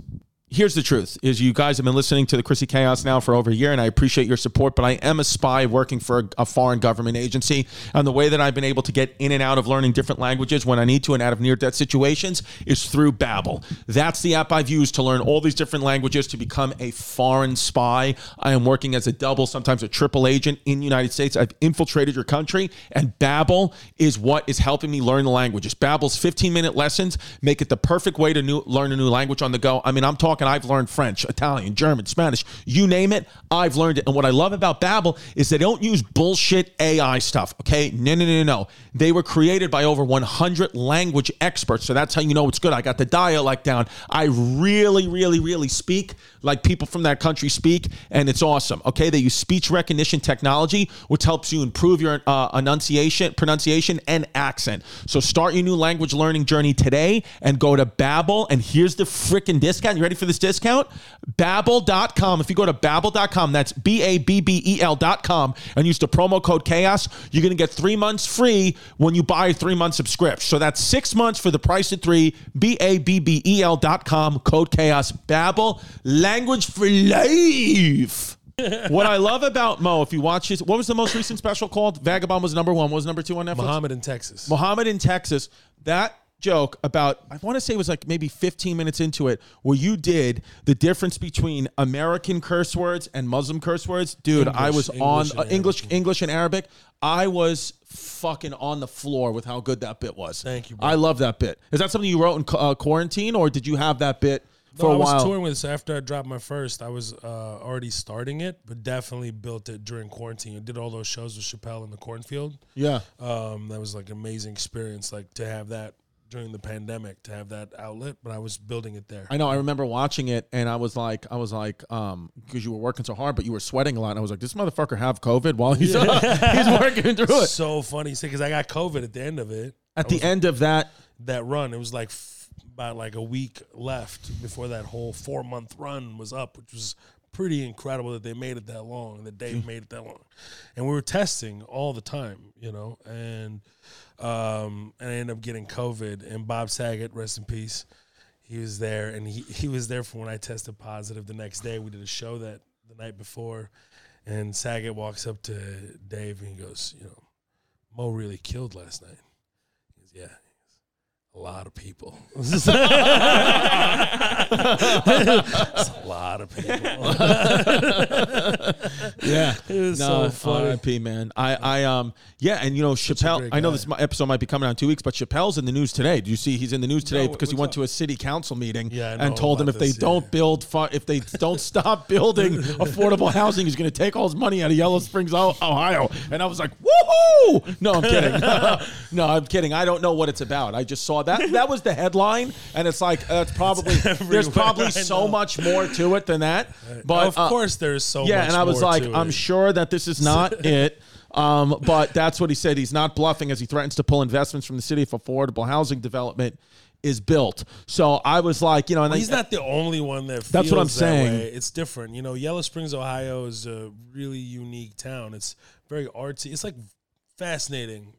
here's the truth is you guys have been listening to the Chrissy Chaos now for over a year and I appreciate your support but I am a spy working for a, a foreign government agency and the way that I've been able to get in and out of learning different languages when I need to and out of near death situations is through Babbel. That's the app I've used to learn all these different languages to become a foreign spy. I am working as a double sometimes a triple agent in the United States. I've infiltrated your country and Babbel is what is helping me learn the languages. Babbel's 15-minute lessons make it the perfect way to new, learn a new language on the go. I mean, I'm talking I've learned French, Italian, German, Spanish, you name it, I've learned it. And what I love about Babbel is they don't use bullshit AI stuff, okay? No, no, no, no, no. They were created by over 100 language experts, so that's how you know it's good. I got the dialect down. I really, really, really speak like people from that country speak, and it's awesome, okay? They use speech recognition technology, which helps you improve your uh, enunciation, pronunciation, and accent. So start your new language learning journey today and go to Babbel, and here's the freaking discount. You ready for this discount? Babbel.com. If you go to Babbel.com, that's E B-A-B-B-E-L.com, and use the promo code chaos, you're going to get three months free when you buy a three-month subscription. So that's six months for the price of three, E B-A-B-B-E-L.com, code chaos, Babbel, language for life. what I love about Mo, if you watch his, what was the most recent special called? Vagabond was number one. What was number two on Netflix? Muhammad in Texas. Muhammad in Texas, that joke about I want to say it was like maybe 15 minutes into it where you did the difference between American curse words and Muslim curse words. Dude, I English- was English on and uh, English Arabic. English and Arabic. I was fucking on the floor with how good that bit was. Thank you, bro. I love that bit. Is that something you wrote in cu- uh, quarantine or did you have that bit for No, a I was while? touring with this after I dropped my first. I was uh, already starting it, but definitely built it during quarantine. I did all those shows with Chappelle in the cornfield. yeah. Um, that was like an amazing experience, like to have that during the pandemic, to have that outlet. But I was building it there. I know. I remember watching it, and I was like, I was like, um, because you were working so hard, but you were sweating a lot. And I was like, this motherfucker have COVID while he's he's working through it. so funny, because I got COVID at the end of it. At the end of that, that run. It was like f- about like a week left before that whole four month run was up, which was pretty incredible that they made it that long, that Dave made it that long. And we were testing all the time, you know, and um, and I ended up getting COVID. And Bob Saget, rest in peace, he was there, and he he was there for when I tested positive the next day. We did a show that the night before. And Saget walks up to Dave and he goes, you know, Mo really killed last night. He goes, yeah. He goes, a lot of people. It's a lot of people. Yeah, is so funny. RIP, man. I, I, um, yeah, and you know Chappelle. great I know guy. this mi- episode might be coming out in two weeks, but Chappelle's in the news today. Do you see he's in the news today what- because he what's went up? to a city council meeting Yeah, I know and told them if about they this, yeah. don't build, fu- if they don't stop building affordable housing, he's going to take all his money out of Yellow Springs, O- Ohio. And I was like, woohoo! No, I'm kidding. no, I'm kidding. I don't know what it's about. I just saw that. That was the headline, and it's like that's probably there's everywhere. probably I so know. much more to it than that. But of uh, course, there's so yeah, much and I was more like, to I'm it. sure that this is not it. Um, but that's what he said. He's not bluffing as he threatens to pull investments from the city if affordable housing development is built. So I was like, you know, and He's I, not the only one that. Feels That's what I'm that saying. way. It's different, you know. Yellow Springs, Ohio, is a really unique town. It's very artsy. It's like fascinating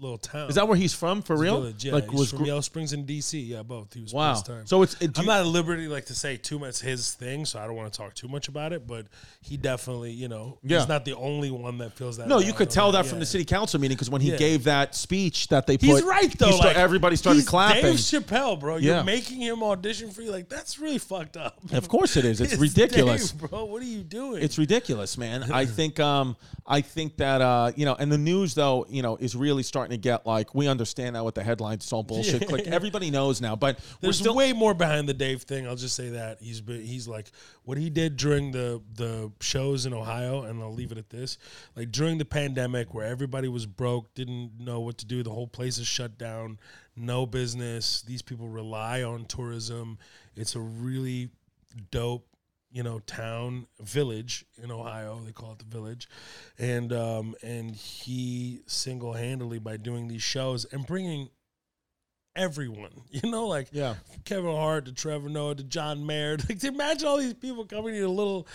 little town. is that where he's from for real? Village, yeah, like he's was from gr- Yellow Springs in D.C. Yeah, both. He was wow. first time. So it's it, do I'm you- not at liberty like to say too much his thing, so I don't want to talk too much about it. But he definitely, you know, Yeah. he's not the only one that feels that. no, way. you I could know tell that from yeah. the city council meeting because when he Yeah. gave that speech that they put, He's right he though. sta- like, everybody started he's clapping. Dave Chappelle, bro. You're Yeah. making him audition for you. Like that's really fucked up. Of course it is. It's ridiculous. Dave, bro. What are you doing? It's ridiculous, man. I think um I think that uh you know, and the news though, you know, is really starting to get like we understand now what the headlines it's all bullshit. Like everybody knows now, but we're There's still way more behind the Dave thing. I'll just say that he's been, he's like what he did during the the shows in Ohio, and I'll leave it at this. Like during the pandemic, where everybody was broke, didn't know what to do, the whole place is shut down, no business. These people rely on tourism. It's a really dope, you know, town village in Ohio. They call it the village, and um and he single handedly by doing these shows and bringing everyone. You know, like Yeah. Kevin Hart to Trevor Noah to John Mayer. Like imagine all these people coming to a little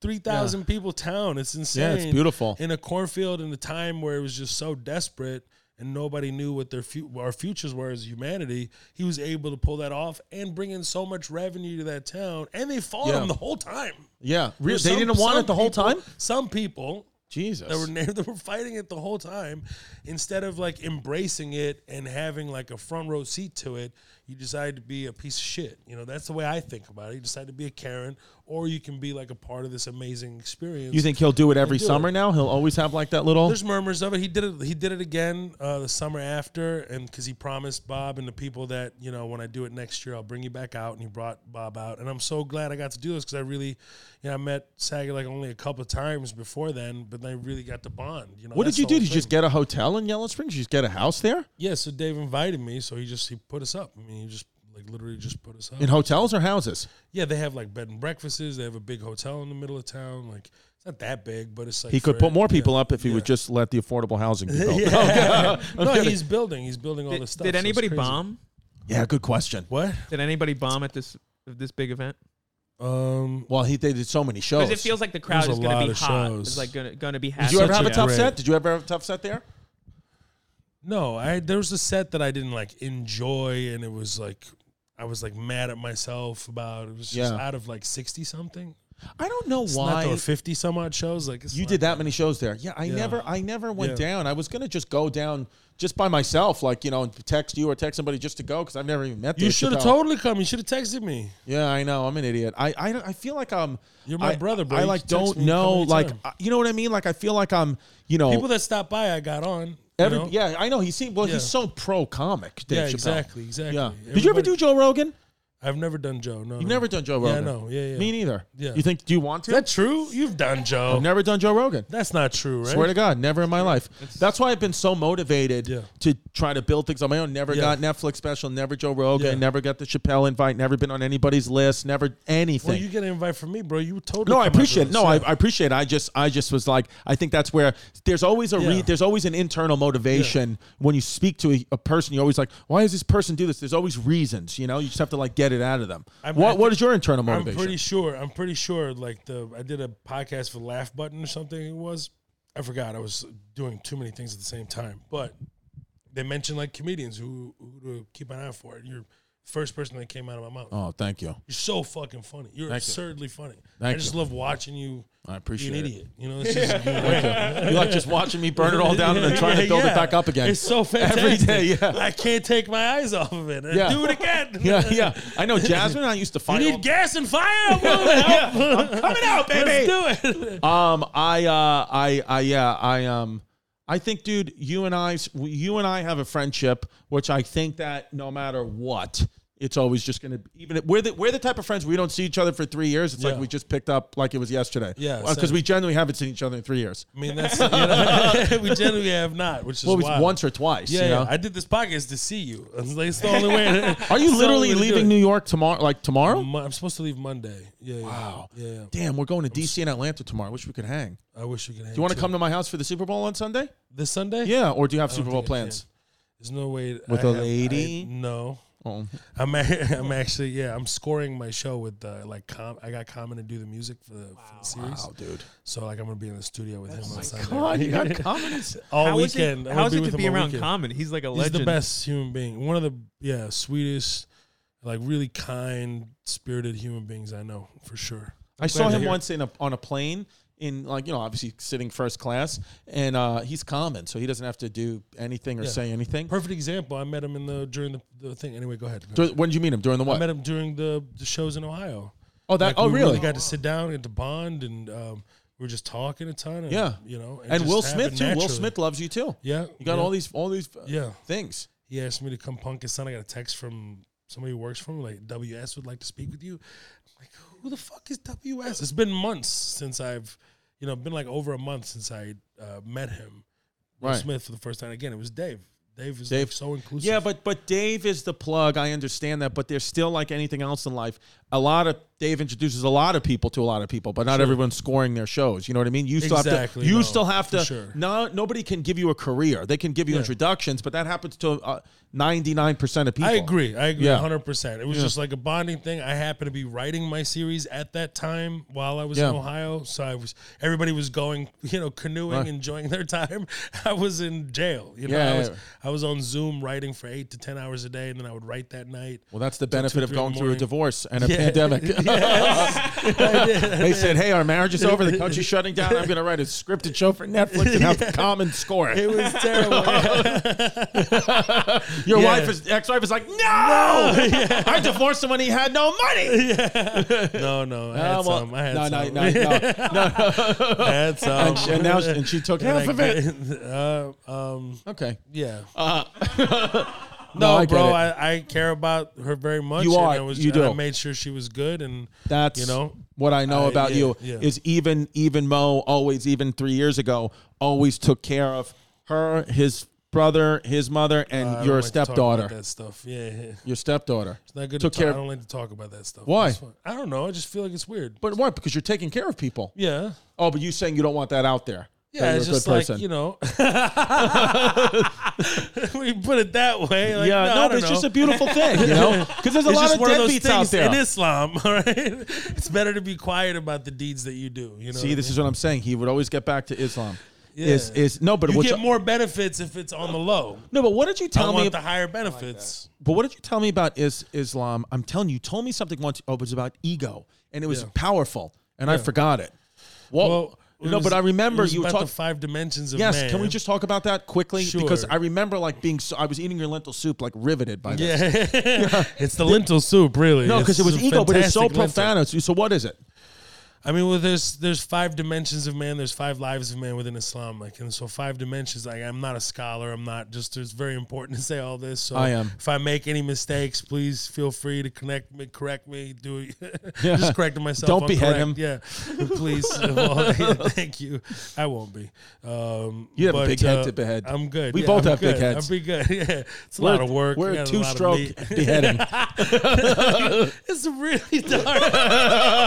three thousand people town. It's insane. Yeah, it's beautiful. In a cornfield in a time where it was just so desperate and nobody knew what their fu- our futures were as humanity, he was able to pull that off and bring in so much revenue to that town. And they fought Yeah. him the whole time. Yeah. Re- There's they some- didn't want some it the whole people- time? Some people Jesus. that were na- that were fighting it the whole time instead of like embracing it and having like a front row seat to it you decide to be a piece of shit you know that's the way i think about it you decide to be a karen or you can be like a part of this amazing experience you think he'll do it every do summer now? He'll always have like that little there's murmurs of it. He did it. He did it again uh, the summer after, and because he promised Bob and the people that you know when I do it next year, I'll bring you back out. And he brought Bob out, and I'm so glad I got to do this because I really, you know, I met Saget like only a couple of times before then, but I really got to bond. You know, What that's did you the do? whole Did you thing. just get a hotel in Yellow Springs? You just get a house there? Yeah, so Dave invited me, so he just he put us up. I mean, he just like literally just put us up. In hotels or houses? yeah, they have like bed and breakfasts. They have a big hotel in the middle of town. Like it's not that big, but it's like He could for- put more yeah. people up if he Yeah. would just let the affordable housing be built. Yeah, Yeah. no, he's building. He's building all Oh, Did, this stuff. did so it's anybody crazy. bomb? good question. What? Did anybody bomb at this this big event? Um, Well, he they did so many shows. Because it feels like the crowd There's is a going lot to be of hot. shows. It's like going to going to be hot. did you ever have a a tough great- set? Did you ever have a tough set there? no, I there was a set that I didn't like enjoy, and it was like I was like mad at myself about. It was just Yeah. out of like sixty something. I don't know It's not why. there were fifty some odd shows. Like it's You not- did that many shows there. Yeah, I Yeah. never I never went Yeah. down. I was going to just go down just by myself like, you know, and text you or text somebody just to go cuz I've never even met You Dave should have Chappelle. totally come. You should have texted me. Yeah, I know. I'm an idiot. I I, I feel like I'm You're my I- brother, bro. I You like can text don't me and come know like anytime. I- you know what I mean? Like I feel like I'm, you know, People that stopped by, I got on. you every know? yeah, I know he seemed well, Yeah. he's so pro comic, Dave yeah, Chappelle. exactly, exactly. Yeah. Did you ever Everybody- do Joe Rogan? I've never done Joe. No, You've never done Joe Yeah, Rogan. no, yeah, yeah. Me neither. Yeah. You think do you want to? Is that true? You've done Joe. I've never done Joe Rogan. That's not true, right? Swear to God, never in my life. That's why I've been so motivated Yeah. to try to build things on my own. Never Yeah. got Netflix special, never Joe Rogan, Yeah. never got the Chappelle invite, never been on anybody's list, never anything. well, you get an invite from me, bro. You would totally. no, I come after appreciate. it. this, No, yeah. I, I appreciate. it. I just, I just was like, I think that's where there's always a re, Yeah. there's always an internal motivation when you speak to a, a person. You're always like, why does this person do this? There's always reasons, you know. You just have to like get it out of them. I'm- what I What think- is your internal I'm motivation? pretty sure. I'm pretty sure. Like the I did a podcast for Laugh Button or something. It was I forgot. I was doing too many things at the same time. But they mentioned like comedians who who to keep an eye for. And you're First person that came out of my mouth. Oh, thank you. You're so fucking funny. You're Thank you. absurdly funny. Thank I just you. love watching you. I Be appreciate an it. idiot. You know, it's just You like just watching me burn it all down and then trying to Yeah, build yeah. it back up again. It's so fantastic. Every day, yeah. I can't take my eyes off of it. Yeah. Do it again. yeah, yeah. I know Jasmine and I used to You fight. all- need gas and fire. I'm coming out. I'm coming out, baby. Let's do it. Um, I, uh, I, I, yeah, I, um, I think, dude, you and I, you and I have a friendship, which I think that no matter what, it's always just gonna be, even if- we're the we're the type of friends we don't see each other for three years. It's Yeah. like we just picked up like it was yesterday. Yeah, because same. we generally haven't seen each other in three years. I mean, that's you know, we generally have not, which is Well, it was wild. once or twice. Yeah, you yeah. know? I did this podcast to see you. It's like, it's the only way. Are you it's the literally only way to do leaving it. New York tomorrow? Like tomorrow? Mo- I'm supposed to leave Monday. Yeah. yeah. Wow. Yeah. yeah. Damn, we're going to DC and Atlanta tomorrow. I wish we could hang. I wish you could. Do you want to come to my house for the Super Bowl on Sunday? this Sunday? Yeah, or do you have Super don't Bowl think I can. plans? There's no way With a a lady? no. Oh, I'm a, I'm actually yeah I'm scoring my show with uh, like com- I got Common to do the music for the, for the series wow, dude. so like I'm gonna be in the studio with him on Sunday God, you got comments. all Oh How is weekend it, I'm how gonna is it with to him be all around weekend. Common? He's like a he's legend. the best human being one of the yeah sweetest like really kind spirited human beings I know for sure I saw to him hear it. once in a, on a plane in like you know obviously sitting first class, and uh, he's common, so he doesn't have to do anything or Yeah. say anything. perfect example I met him in the during the, the thing anyway go ahead, Dur- when did you meet him? During the I met what? him during the, the shows in Ohio Oh, that. Like, oh, we really? got to sit down and to bond, and um, we were just talking a ton. And, Yeah. you know, it and just Will happened Smith too. Will naturally. Smith loves you too. Yeah, You got yeah. all these all these uh, Yeah, things. he asked me to come punk his son. I got a text from somebody who works for him, like WS would like to speak with you. I'm like, who the fuck is WS? It's been months since I've, you know, been like over a month since I uh, met him, Will Right. Smith for the first time. Again, it was Dave. Dave is Dave. Like so inclusive. Yeah, but but Dave is the plug. I understand that, but there's still like anything else in life. A lot of Dave introduces a lot of people to a lot of people, but not everyone's scoring their shows. You know what I mean? You still have Exactly, to. You no, still have for to. sure. No, nobody can give you a career. They can give you Yeah. introductions, but that happens to ninety nine percent of people. I agree. I agree Yeah. 100%. It was just like a bonding thing. I happened to be writing my series at that time while I was Yeah. in Ohio. So I was everybody was going, you know, canoeing, Right. enjoying their time. I was in jail, you know. Yeah, I was yeah. I was on Zoom writing for 8 to 10 hours a day and then I would write that night. Well, that's the till two, benefit of three in the going through a morning. divorce and a Yeah. pandemic. I did. They said, "Hey, our marriage is over. The country's shutting down. I'm going to write a scripted show for Netflix and have Common score it." It was terrible. Your Yeah. wife is ex-wife is like, no, I divorced him when he had no money. no, no. I had Uh, well, some. I had no, no, some. no, no, I had some. And, she- and now and she took half of it. Uh, um, Okay, yeah. no, No, I get bro, it. I, I care about her very much. You and are. I was, You and I do. made sure she was good, and that's you know, what I know I- about yeah, you yeah. is even even Mo always even three years ago always took care of her, his brother, his mother, and I don't your like to talk stepdaughter. about that stuff. Yeah, yeah. your stepdaughter. it's not good. To Took talk. care I of- don't like to talk about that stuff. Why? It's fine. I don't know. I just feel like it's weird. But what? Because you're taking care of people. yeah, Oh, but you saying you don't want that out there. that yeah, you're it's a just good like person. you know, we put it that way. Like, yeah, no, no, but I don't it's know. just a beautiful thing, you know, because there's a It's lot just of one of those deadbeats things out there. in Islam. All right, it's better to be quiet about the deeds that you do. You know, See, what I this mean? is what I'm saying. He would always get back to Islam. Is is no, but you what get you- more benefits if it's on the low. no, but what did you I tell me? want the higher benefits. but what did you tell me about is Islam? I'm telling you, you told me something once. Oh, it was about ego, and it was Yeah. powerful, and I forgot it. Well, Well, it Oh, no, was- but I remember it was you were about talking. the five dimensions of Yes, man. can we just talk about that quickly? Because Sure. I remember like being so, I was eating your lentil soup like riveted by this. Yeah, it's the lentil soup, really. No, because it was a ego, but it's so fantastic lentil. profound. It's- So what is it? I mean, well, there's there's five dimensions of man. There's five lives of man within Islam. Like, and so five dimensions. Like, I'm not a scholar. I'm not just. It's very important to say all this. So I am. If I make any mistakes, please feel free to connect me, correct me. Do it. just correct myself. Don't I'm behead correct. him. Yeah, please. Well, thank you. I won't be. Um, You have a but, big head to behead. I'm good. We Yeah, both I'm have big good. heads. I'm be good. Yeah, it's a lot of work. I We're a got a two lot of stroke meat. beheading. It's really dark.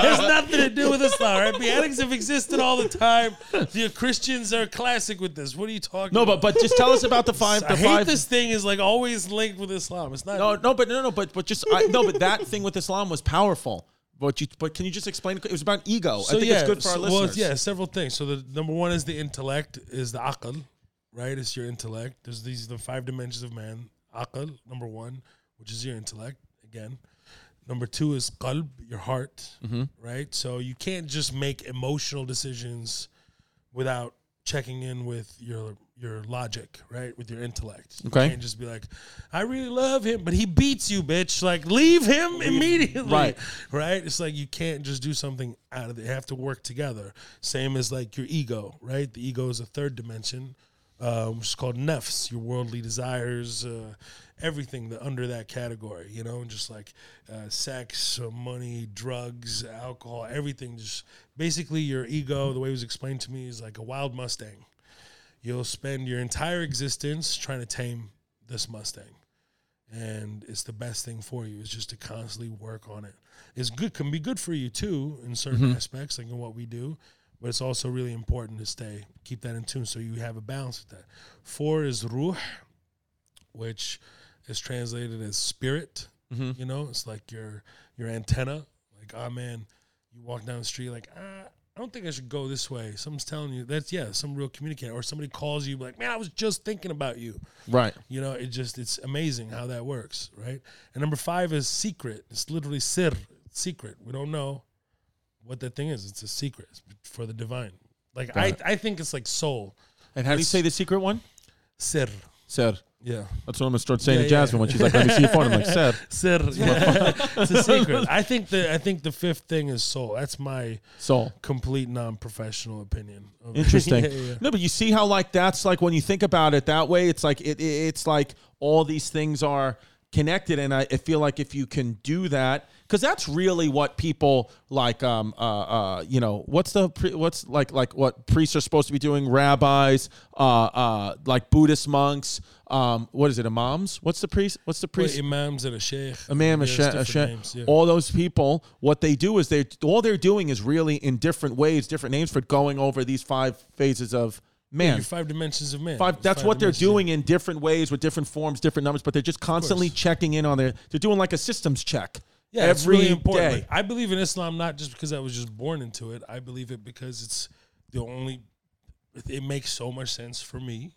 There's nothing to do with Islam, right? Beheadings have existed all the time. The Christians are classic with this. What are you talking No, about? but but just tell us about the five. The I hate five. this thing is like always linked with Islam. It's not. No, no, but no, no, but but just I, no, but that thing with Islam was powerful. But you, but can you just explain? It was about ego. I think it's good for our so- listeners. Well, yeah, several things. So the number one is the intellect, is the akal, right? It's your intellect. There's these the five dimensions of man. Akal, number one, which is your intellect. again. Number two is qalb, your heart, Mm-hmm. right? So you can't just make emotional decisions without checking in with your your logic, right? With your intellect. You Okay. can't just be like, I really love him, but he beats you, bitch. Like leave him immediately. Right. Right? It's like you can't just do something out of it. You have to work together. Same as like your ego, right? The ego is a third dimension, uh, which is called nefs, your worldly desires, uh, everything that under that category, you know, and just like uh, sex, uh, money, drugs, alcohol, everything. Just basically your ego, the way it was explained to me, is like a wild Mustang. You'll spend your entire existence trying to tame this Mustang and it's the best thing for you is just to constantly work on it. It's good can be good for you too in certain aspects, like in what we do, but it's also really important to stay keep that in tune so you have a balance with that. Four is ruh, which is translated as spirit. You know, it's like your your antenna. Like, ah man, you walk down the street like ah. I don't think I should go this way. Someone's telling you that's yeah, some real communicator, or somebody calls you like, "Man, I was just thinking about you." Right. You know, it just it's amazing how that works, right? And number five is secret. It's literally sir, secret. We don't know what that thing is. It's a secret It's for the divine. Like I, I think it's like soul And how do you say the secret one? sir. Sir. Yeah, That's what I'm gonna start saying to Yeah, Jasmine yeah. when she's like, "Let me see your phone." I'm like, "Sir, sir. Yeah. it's a secret. I think the I think the fifth thing is soul. That's my soul." complete non-professional opinion. of it. Interesting. Yeah, yeah. No, but you see how like that's like when you think about it that way, it's like it, it it's like all these things are connected, and I, I feel like if you can do that, because that's really what people like um uh uh you know what's the pre- what's like like what priests are supposed to be doing, rabbis, uh uh like Buddhist monks, um what is it, imams? What's the priest? What's the Well, priest? imams and a sheikh. Imam, a Yeah, it's she- a different she- names, yeah. all those people, what they do is they all they're doing is really in different ways, different names for going over these five phases of man. Your five dimensions of man. Five, that's what they're dimensions of- doing in different ways with different forms, different numbers, but they're just constantly checking in on their. They're doing like a systems check. Yeah, it's every really important. day. Like, I believe in Islam not just because I was just born into it. I believe it because it's the only. It makes so much sense for me,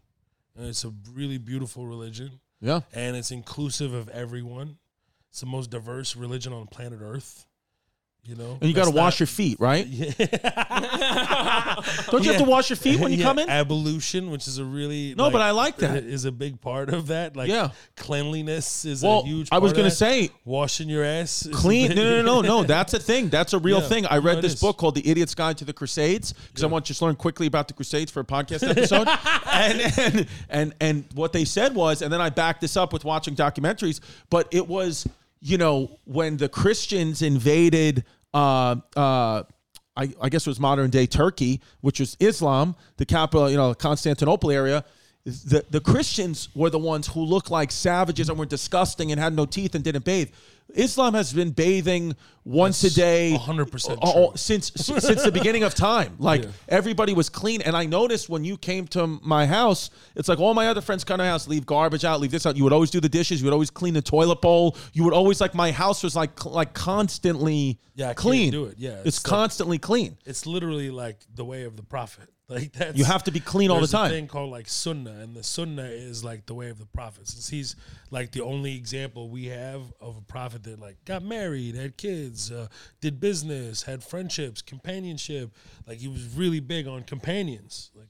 and it's a really beautiful religion, yeah, and it's inclusive of everyone. It's the most diverse religion on planet Earth. You know, and you got to wash your feet, right? Don't you have to wash your feet when you come in? Ablution, which is a really No, but I like that. Is a big part of that. Like, Yeah. cleanliness is Well, a huge. I was part of gonna that. say- washing your ass, is a clean. big- No, no, no, no. That's a thing. That's a real Yeah. thing. I read No, it this is. book called The Idiot's Guide to the Crusades because I want to just learn quickly about the Crusades for a podcast episode. and, and and and what they said was, and then I backed this up with watching documentaries, but it was you know when the Christians invaded. Uh, uh, I, I guess it was modern day Turkey, which was Islam, the capital, you know, Constantinople area. The, the Christians were the ones who looked like savages and were disgusting and had no teeth and didn't bathe. Islam has been bathing once That's a day, 100% uh, uh, true. since since since the beginning of time. Like Yeah. everybody was clean, and I noticed when you came to my house, it's like all my other friends come to my house, leave garbage out, leave this out. You would always do the dishes, you would always clean the toilet bowl, you would always like my house was like cl- like constantly Yeah, I can't clean. do it. Yeah, it's, it's like- constantly clean. it's literally like the way of the prophet. Like that's You have to be clean all the there's time. A thing called like sunnah, and the sunnah is like the way of the prophet. Since he's like the only example we have of a prophet that like got married, had kids, uh, did business, had friendships, companionship. Like he was really big on companions, like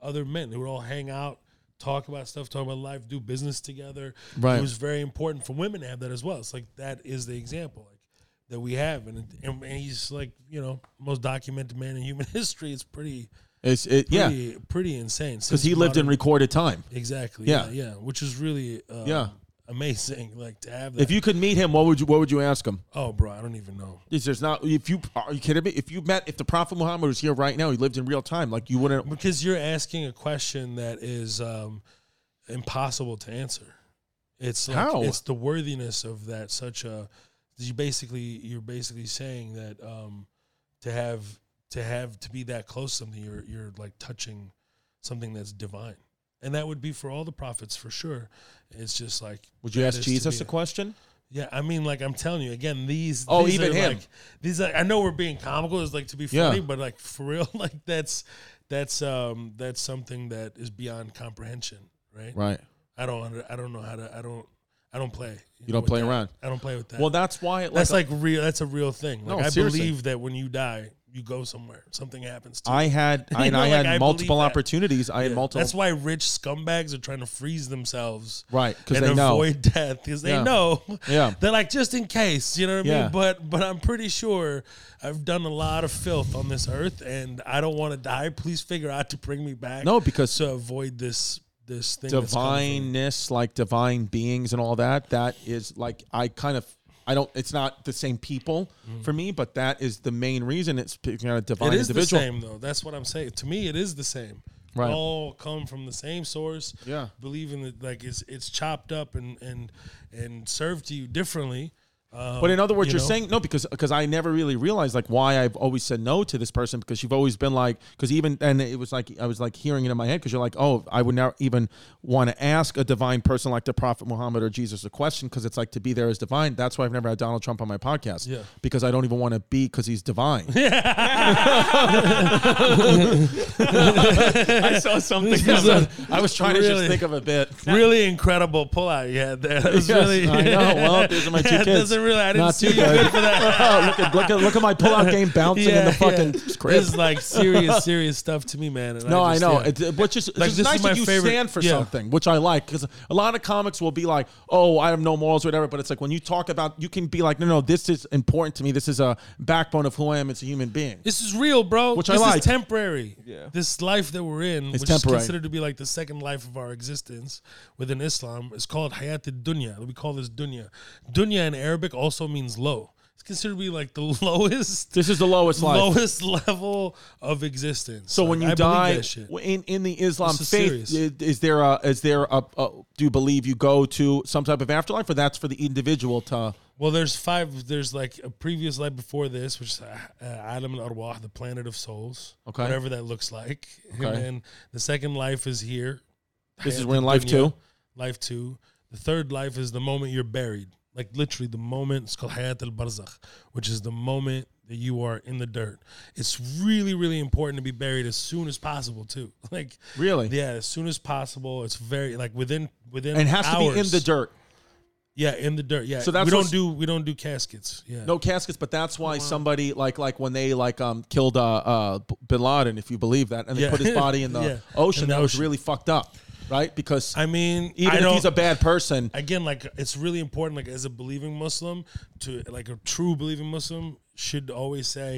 other men. They would all hang out. Talk about stuff, talk about life, do business together. Right. It was very important for women to have that as well. It's like that is the example. Like that we have, and, and and he's like you know most documented man in human history. It's pretty, It's it, yeah, pretty, pretty insane because he lived in recorded time. exactly, Yeah. yeah, yeah, which is really uh, Yeah. amazing. Like to have that. If you could meet him, what would you what would you ask him? oh, bro, I don't even know. Is there's not if you are you kidding me? If you met if the Prophet Muhammad was here right now, he lived in real time, like you wouldn't. because you're asking a question that is um, impossible to answer. It's like, How? it's the worthiness of that such a you basically you're basically saying that um, to have to have to be that close to something you're you're like touching something that's divine. And that would be for all the prophets for sure. It's just like Would you that ask is to Jesus be- a question? yeah, I mean, like I'm telling you again, these. Oh, these even are, him. Like, these, like, I know we're being comical, is like to be Yeah. funny, but like for real, like that's that's um that's something that is beyond comprehension, right? Right. I don't under- I don't know how to I don't I I don't play. You don't with play that. around. I don't play with that. Well, that's why. It, that's like, like real. That's a real thing. Like No, I seriously. believe that when you die, you go somewhere. Something happens to you. I had, I, You and know, I like, had I believe multiple that. opportunities. I had multiple. That's why rich scumbags are trying to freeze themselves, Right, 'cause and they know. avoid death because they Yeah. know. Yeah. they're like just in case, you know what I Yeah. mean. But but I'm pretty sure I've done a lot of filth on this earth, and I don't want to die. Please figure out to bring me back. No, because- to avoid this this thing. that's coming divineness, like divine beings and all that. That is like I kind of I don't. It's not the same people for me, but that is the main reason. It's you know, a divine from- Mm-hmm. It is individual. the same though. That's what I'm saying. To me, it is the same. Right. They all come from the same source. Yeah. believing that like it's it's chopped up and and and served to you differently. Um, But in other words, you you are know? saying no because because I never really realized like why I've always said no to this person because you've always been like because even and it was like I was like hearing it in my head because you're like oh I would never even want to ask a divine person like the Prophet Muhammad or Jesus a question because it's like to be there is divine. That's why I've never had Donald Trump on my podcast. Yeah. because I don't even want to be because he's divine. I saw something. I was- I was trying to just Really? think of a bit. really incredible pullout you had there. That was Yes, really. I know. Well, those are my two That kids. doesn't really. I didn't Not see too you good. good for that. look at look at look at my pullout game bouncing in the fucking crib. This is like serious, serious stuff to me, man. and No, I, just, know. yeah. It's, uh, which is, it's Like, just this is nice my that you favorite- stand for yeah. something, which I like, because a lot of comics will be like, "Oh, I have no morals, whatever." But it's like when you talk about, you can be like, "No, no, this is important to me. This is a backbone of who I am as a human being." This is real, bro. Which I this like. is temporary. Yeah. This life that we're in, It's which temporary. is considered to be like the second life of our existence within Islam, is called Hayat Dunya. We call this Dunya. Dunya in Arabic also means low. It's considered to be like the lowest, This is the lowest life. lowest level of existence. So when you Like, I believe die that shit. w- in in the Islam This is faith, serious. i- is there a is there a, a do you believe you go to some type of afterlife, or that's for the individual to? Well, there's five. There's like a previous life before this, which is uh, uh, Adam and Arwah, the planet of souls. Okay. Whatever that looks like. Okay. And then the second life is here. This is Hayat we're in life ad-dunya, two. Life two. The third life is the moment you're buried. Like literally the moment. It's called Hayat al Barzakh, which is the moment that you are in the dirt. It's really, really important to be buried as soon as possible, too. Like, Really? Yeah, as soon as possible. It's very, like, within, within, And it has to be in hours. the dirt. Yeah, in the dirt. Yeah. So that's we don't what's- do we don't do caskets. Yeah. No caskets, but that's Oh, why somebody like like when they like um killed uh, uh B- Bin Laden, if you believe that, and they Yeah. put his body in the Yeah. ocean, In the that was ocean. really fucked up, right? Because I mean, even I if don't, he's a bad person, again, like it's really important, like as a believing Muslim, to like a true believing Muslim should always say,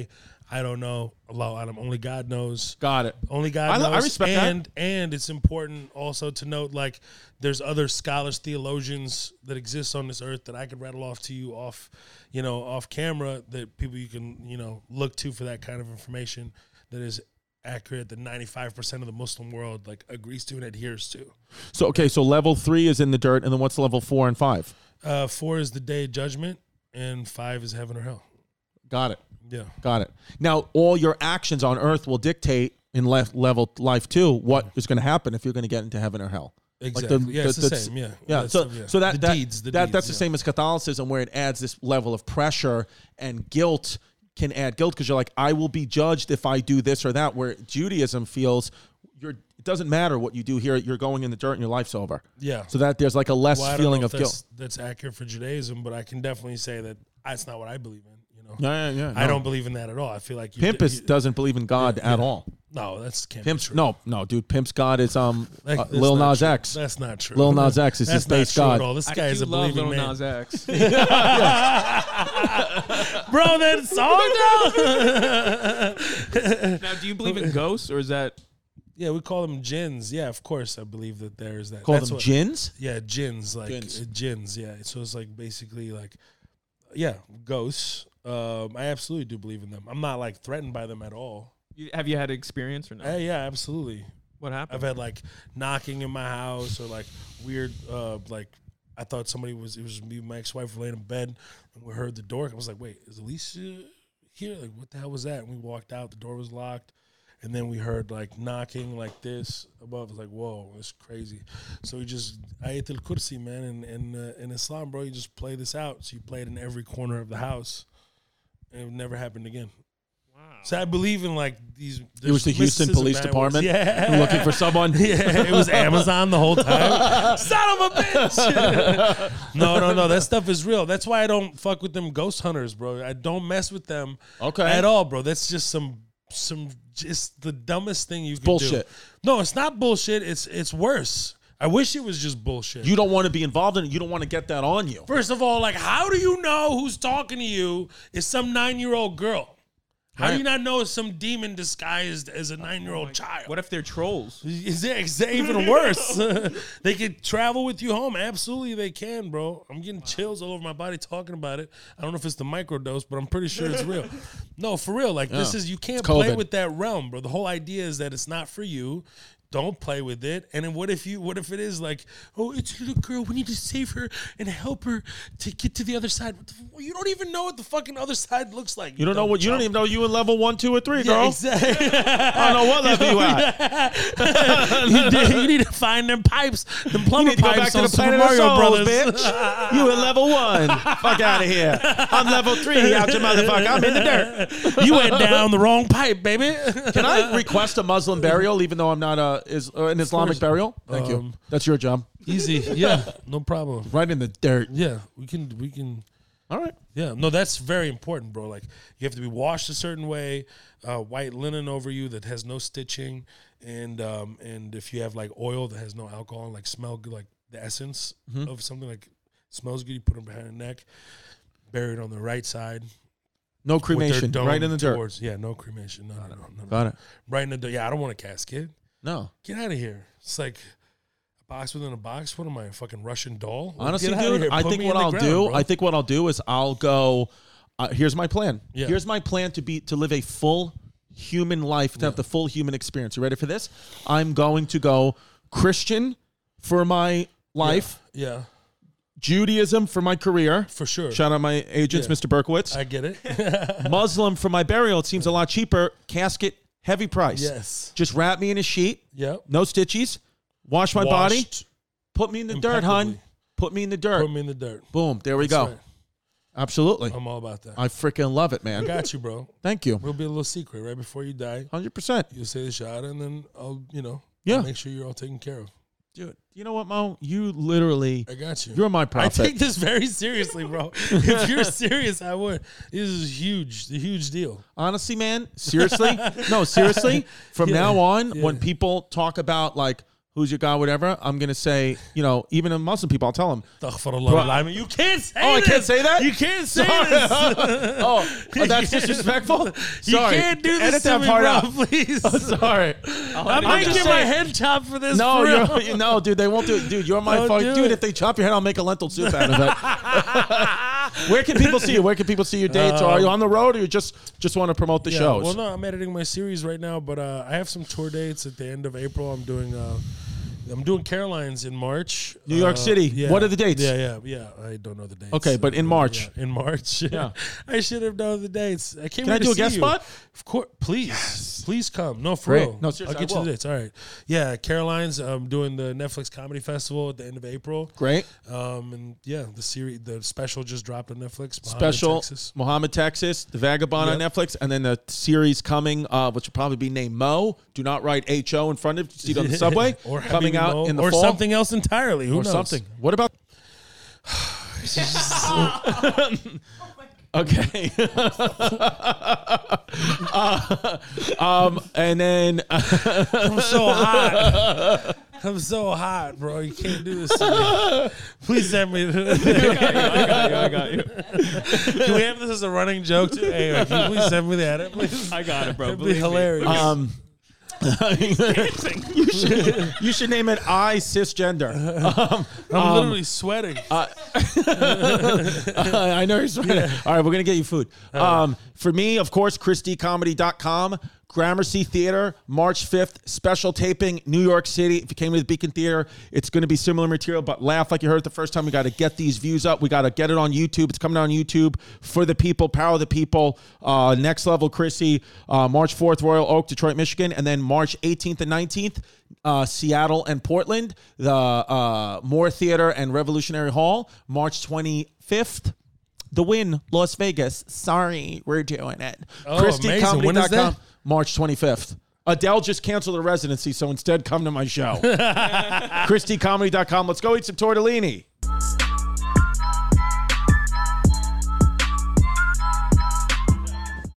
"I don't know, Allah Adam, only God knows." got it. Only God I li- knows. I respect that. and, And it's important also to note, like, there's other scholars, theologians that exist on this earth that I could rattle off to you off, you know, off camera that people you can, you know, look to for that kind of information that is accurate that 95% of the Muslim world, like, agrees to and adheres to. So okay, so level three is in the dirt, and then what's level four and five? Uh, four is the day of judgment, and five is heaven or hell. Got it, Yeah. got it. Now all your actions on earth will dictate in left level life two what is going to happen if you're going to get into heaven or hell. Mm-hmm. Exactly. yeah, it's the, same. Yeah. Yeah. That's- So, yeah. so that, the that, deeds, the that deeds, that's the yeah. same as Catholicism, where it adds this level of pressure and guilt can add guilt because you're like, I will be judged if I do this or that. Where Judaism feels you're it doesn't matter what you do here, you're going in the dirt and your life's over. Yeah. So that there's like a less Well, I don't feeling know of if guilt. That's, that's accurate for Judaism, but I can definitely say that that's not what I believe in. You know, Yeah, yeah, yeah. I no. don't believe in that at all. I feel like you, Pimp is, you- doesn't believe in God at all. no, that's can't be Pimp's true. no, no, dude. Pimp's God is um Like, uh, that's Lil not Nas true. X. That's not true. Lil Nas X is That's his not base true God. At all. This I guy is do a love believing Lil man, Nas X. bro. That song, though. now, do you believe in ghosts or is that? yeah, we call them jinns. Yeah, of course, I believe that there is that. Call That's them what- gins. Yeah, jinns like Jinns. uh, jinns. Yeah, so it's like basically like, yeah, ghosts. Um, I absolutely do believe in them. I'm not like threatened by them at all. You, have you had experience or no? Uh, yeah, absolutely. What happened? I've had like knocking in my house or like weird uh like I thought somebody was it was me and my ex wife were laying in bed and we heard the door. I was like, wait, is Alicia here? Like what the hell was that? And we walked out, the door was locked. And then we heard like knocking like this above. I was like, whoa, it's crazy. So you just Ayatul Kursi, man, and and uh, in Islam, bro, you just play this out. So you play it in every corner of the house, and it never happened again. So I believe in like these. It was the Houston mysticism Police that was- Department Yeah, looking for someone. Yeah, it was Amazon the whole time. Son of a bitch. no, no, no. That stuff is real. That's why I don't fuck with them ghost hunters, bro. I don't mess with them Okay. at all, bro. That's just some some just the dumbest thing you can bullshit. do. No, it's not bullshit. It's it's worse. I wish it was just bullshit. You don't want to be involved in it. You don't want to get that on you. First of all, like, how do you know who's talking to you is some nine year old girl? How do you not know it's some demon disguised as a nine year old child? What if they're trolls? Is it is it even worse? they could travel with you home. Absolutely, they can, bro. I'm getting chills all over my body talking about it. I don't know if it's the microdose, but I'm pretty sure it's real. no, for real. Like this is you can't play COVID. with that realm, bro. The whole idea is that it's not for you. Don't play with it. And then what if you? What if it is like, oh, it's a little girl. We need to save her and help her to get to the other side. What the, f- you don't even know what the fucking other side looks like. You don't know dumb what. You don't chump. even know you in level one, two, or three, girl. Yeah, exactly. I don't know what level you at. you, did- you need to find them pipes, them plumber You need to go back pipes to on the Super planet of Mario souls, Brothers. bitch. You in level one. Fuck out of here. I'm level three. Out your motherfucker. I'm in the dirt. you went down the wrong pipe, baby. Can I request a Muslim burial, even though I'm not a is uh, an Islamic burial? Thank you. Um, That's your job. Easy, yeah, no problem. Right in the dirt. Yeah, we can, we can. All right. Yeah, no, that's very important, bro. Like you have to be washed a certain way, uh, white linen over you that has no stitching, and um, and if you have like oil that has no alcohol and like smell good, like the essence of something like smells good, you put it behind the neck, bury it on the right side. No with their cremation. dome Right in the dirt. towards- Yeah, no cremation. No, no, no, no, no. Got it. Right in the dirt. Yeah, I don't want a casket. No. Get out of here. It's like a box within a box. What am I, a fucking Russian doll? Like, Honestly, get outta dude, here. I Put think me what in the I'll ground, do, bro. I think what I'll do is I'll go. Uh, here's my plan. Yeah. Here's my plan to be to live a full human life, to have the full human experience. You ready for this? I'm going to go Christian for my life, yeah, Judaism for my career. for sure. Shout out my agents, Yeah. Mr. Berkowitz. I get it. Muslim for my burial. It seems a lot cheaper. Casket, heavy price. yes. Just wrap me in a sheet, Yep. no stitches. Wash my body. Washed. Put me in the dirt, hon. impeccably. Put me in the dirt. Put me in the dirt. Boom. There we That's go. right. Absolutely. I'm all about that. I freaking love it, man. Got you, bro. Thank you. It'll be a little secret right before you die. 100%. You'll say the shot, and then I'll, you know, Yeah. make sure you're all taken care of. Dude, you know what, Mo? You literally, I got you. you're my I prophet. take this very seriously, bro. if you're serious, I would. This is huge, a huge deal. Honestly, man, seriously? no, seriously. From now on, Yeah. when people talk about, like, who's your God, whatever, I'm going to say, you know, even in Muslim people, I'll tell them, Astaghfirullah al-azim. You can't say Oh, I can't this. say that? You can't say Sorry. this. oh, oh, that's disrespectful? You Sorry. can't do this Edit to that me, part out. bro, please. Sorry. I might just get my saying. head chopped for this. No, for real. you're, you- no, dude, they won't do it. Dude, you're my Don't fuck. do Dude, it. if they chop your head, I'll make a lentil soup out of it. Where can people see you? Where can people see your dates? Are you on the road or you just just want to promote the Um, Yeah, shows? Well, no, I'm editing my series right now, but uh, I have some tour dates at the end of April. I'm doing. Uh, I'm doing Caroline's in March. New York Uh, City. yeah. What are the dates? Yeah, yeah, yeah. I don't know the dates. Okay, but in Uh, March. yeah, in March. Yeah. I should have known the dates. I can't Can I wait to do a see guest you. spot? Of course. Please. Please come. No, for Great. real. No, seriously, I'll get I you the will. dates. All right. Yeah, Caroline's. I'm doing the Netflix Comedy Festival at the end of April. Great. Um, and yeah, the series, the special just dropped on Netflix. Muhammad, Special Texas. Muhammad Texas, The Vagabond Yep. on Netflix, and then the series coming, uh, which will probably be named Mo. Do not write H O in front of you. See it on the subway. or coming Habibi out Mo, in the or fall. something else entirely. Who or knows? something. What about? okay. um, and then uh, I'm so hot. I'm so hot, bro. You can't do this. To me. Please send me. Can I got you. I got you. we have this as a running joke too? Anyway, can you please send me that? It please. I got it, bro. It'd be Believe me. hilarious. um, you should you should name it I Uh-huh. cisgender. I'm um, literally sweating. I know you're sweating. All right, we're gonna get you food. Um, for me, of course, ChristyComedy.com. Gramercy Theater, March 5th, special taping, New York City. If you came to the Beacon Theater, it's going to be similar material, but laugh like you heard it the first time. We got to get these views up. We got to get it on YouTube. It's coming out on YouTube for the people, power the people. Uh, next level, Chrissy, uh, March 4th, Royal Oak, Detroit, Michigan. And then March 18th and 19th, uh, Seattle and Portland, the uh, Moore Theater and Revolutionary Hall. March 25th, The Win, Las Vegas. Sorry, we're doing it. Oh, amazing. When is that? March 25th. Adele just canceled her residency, so instead come to my show. ChristyComedy.com. Let's go eat some tortellini.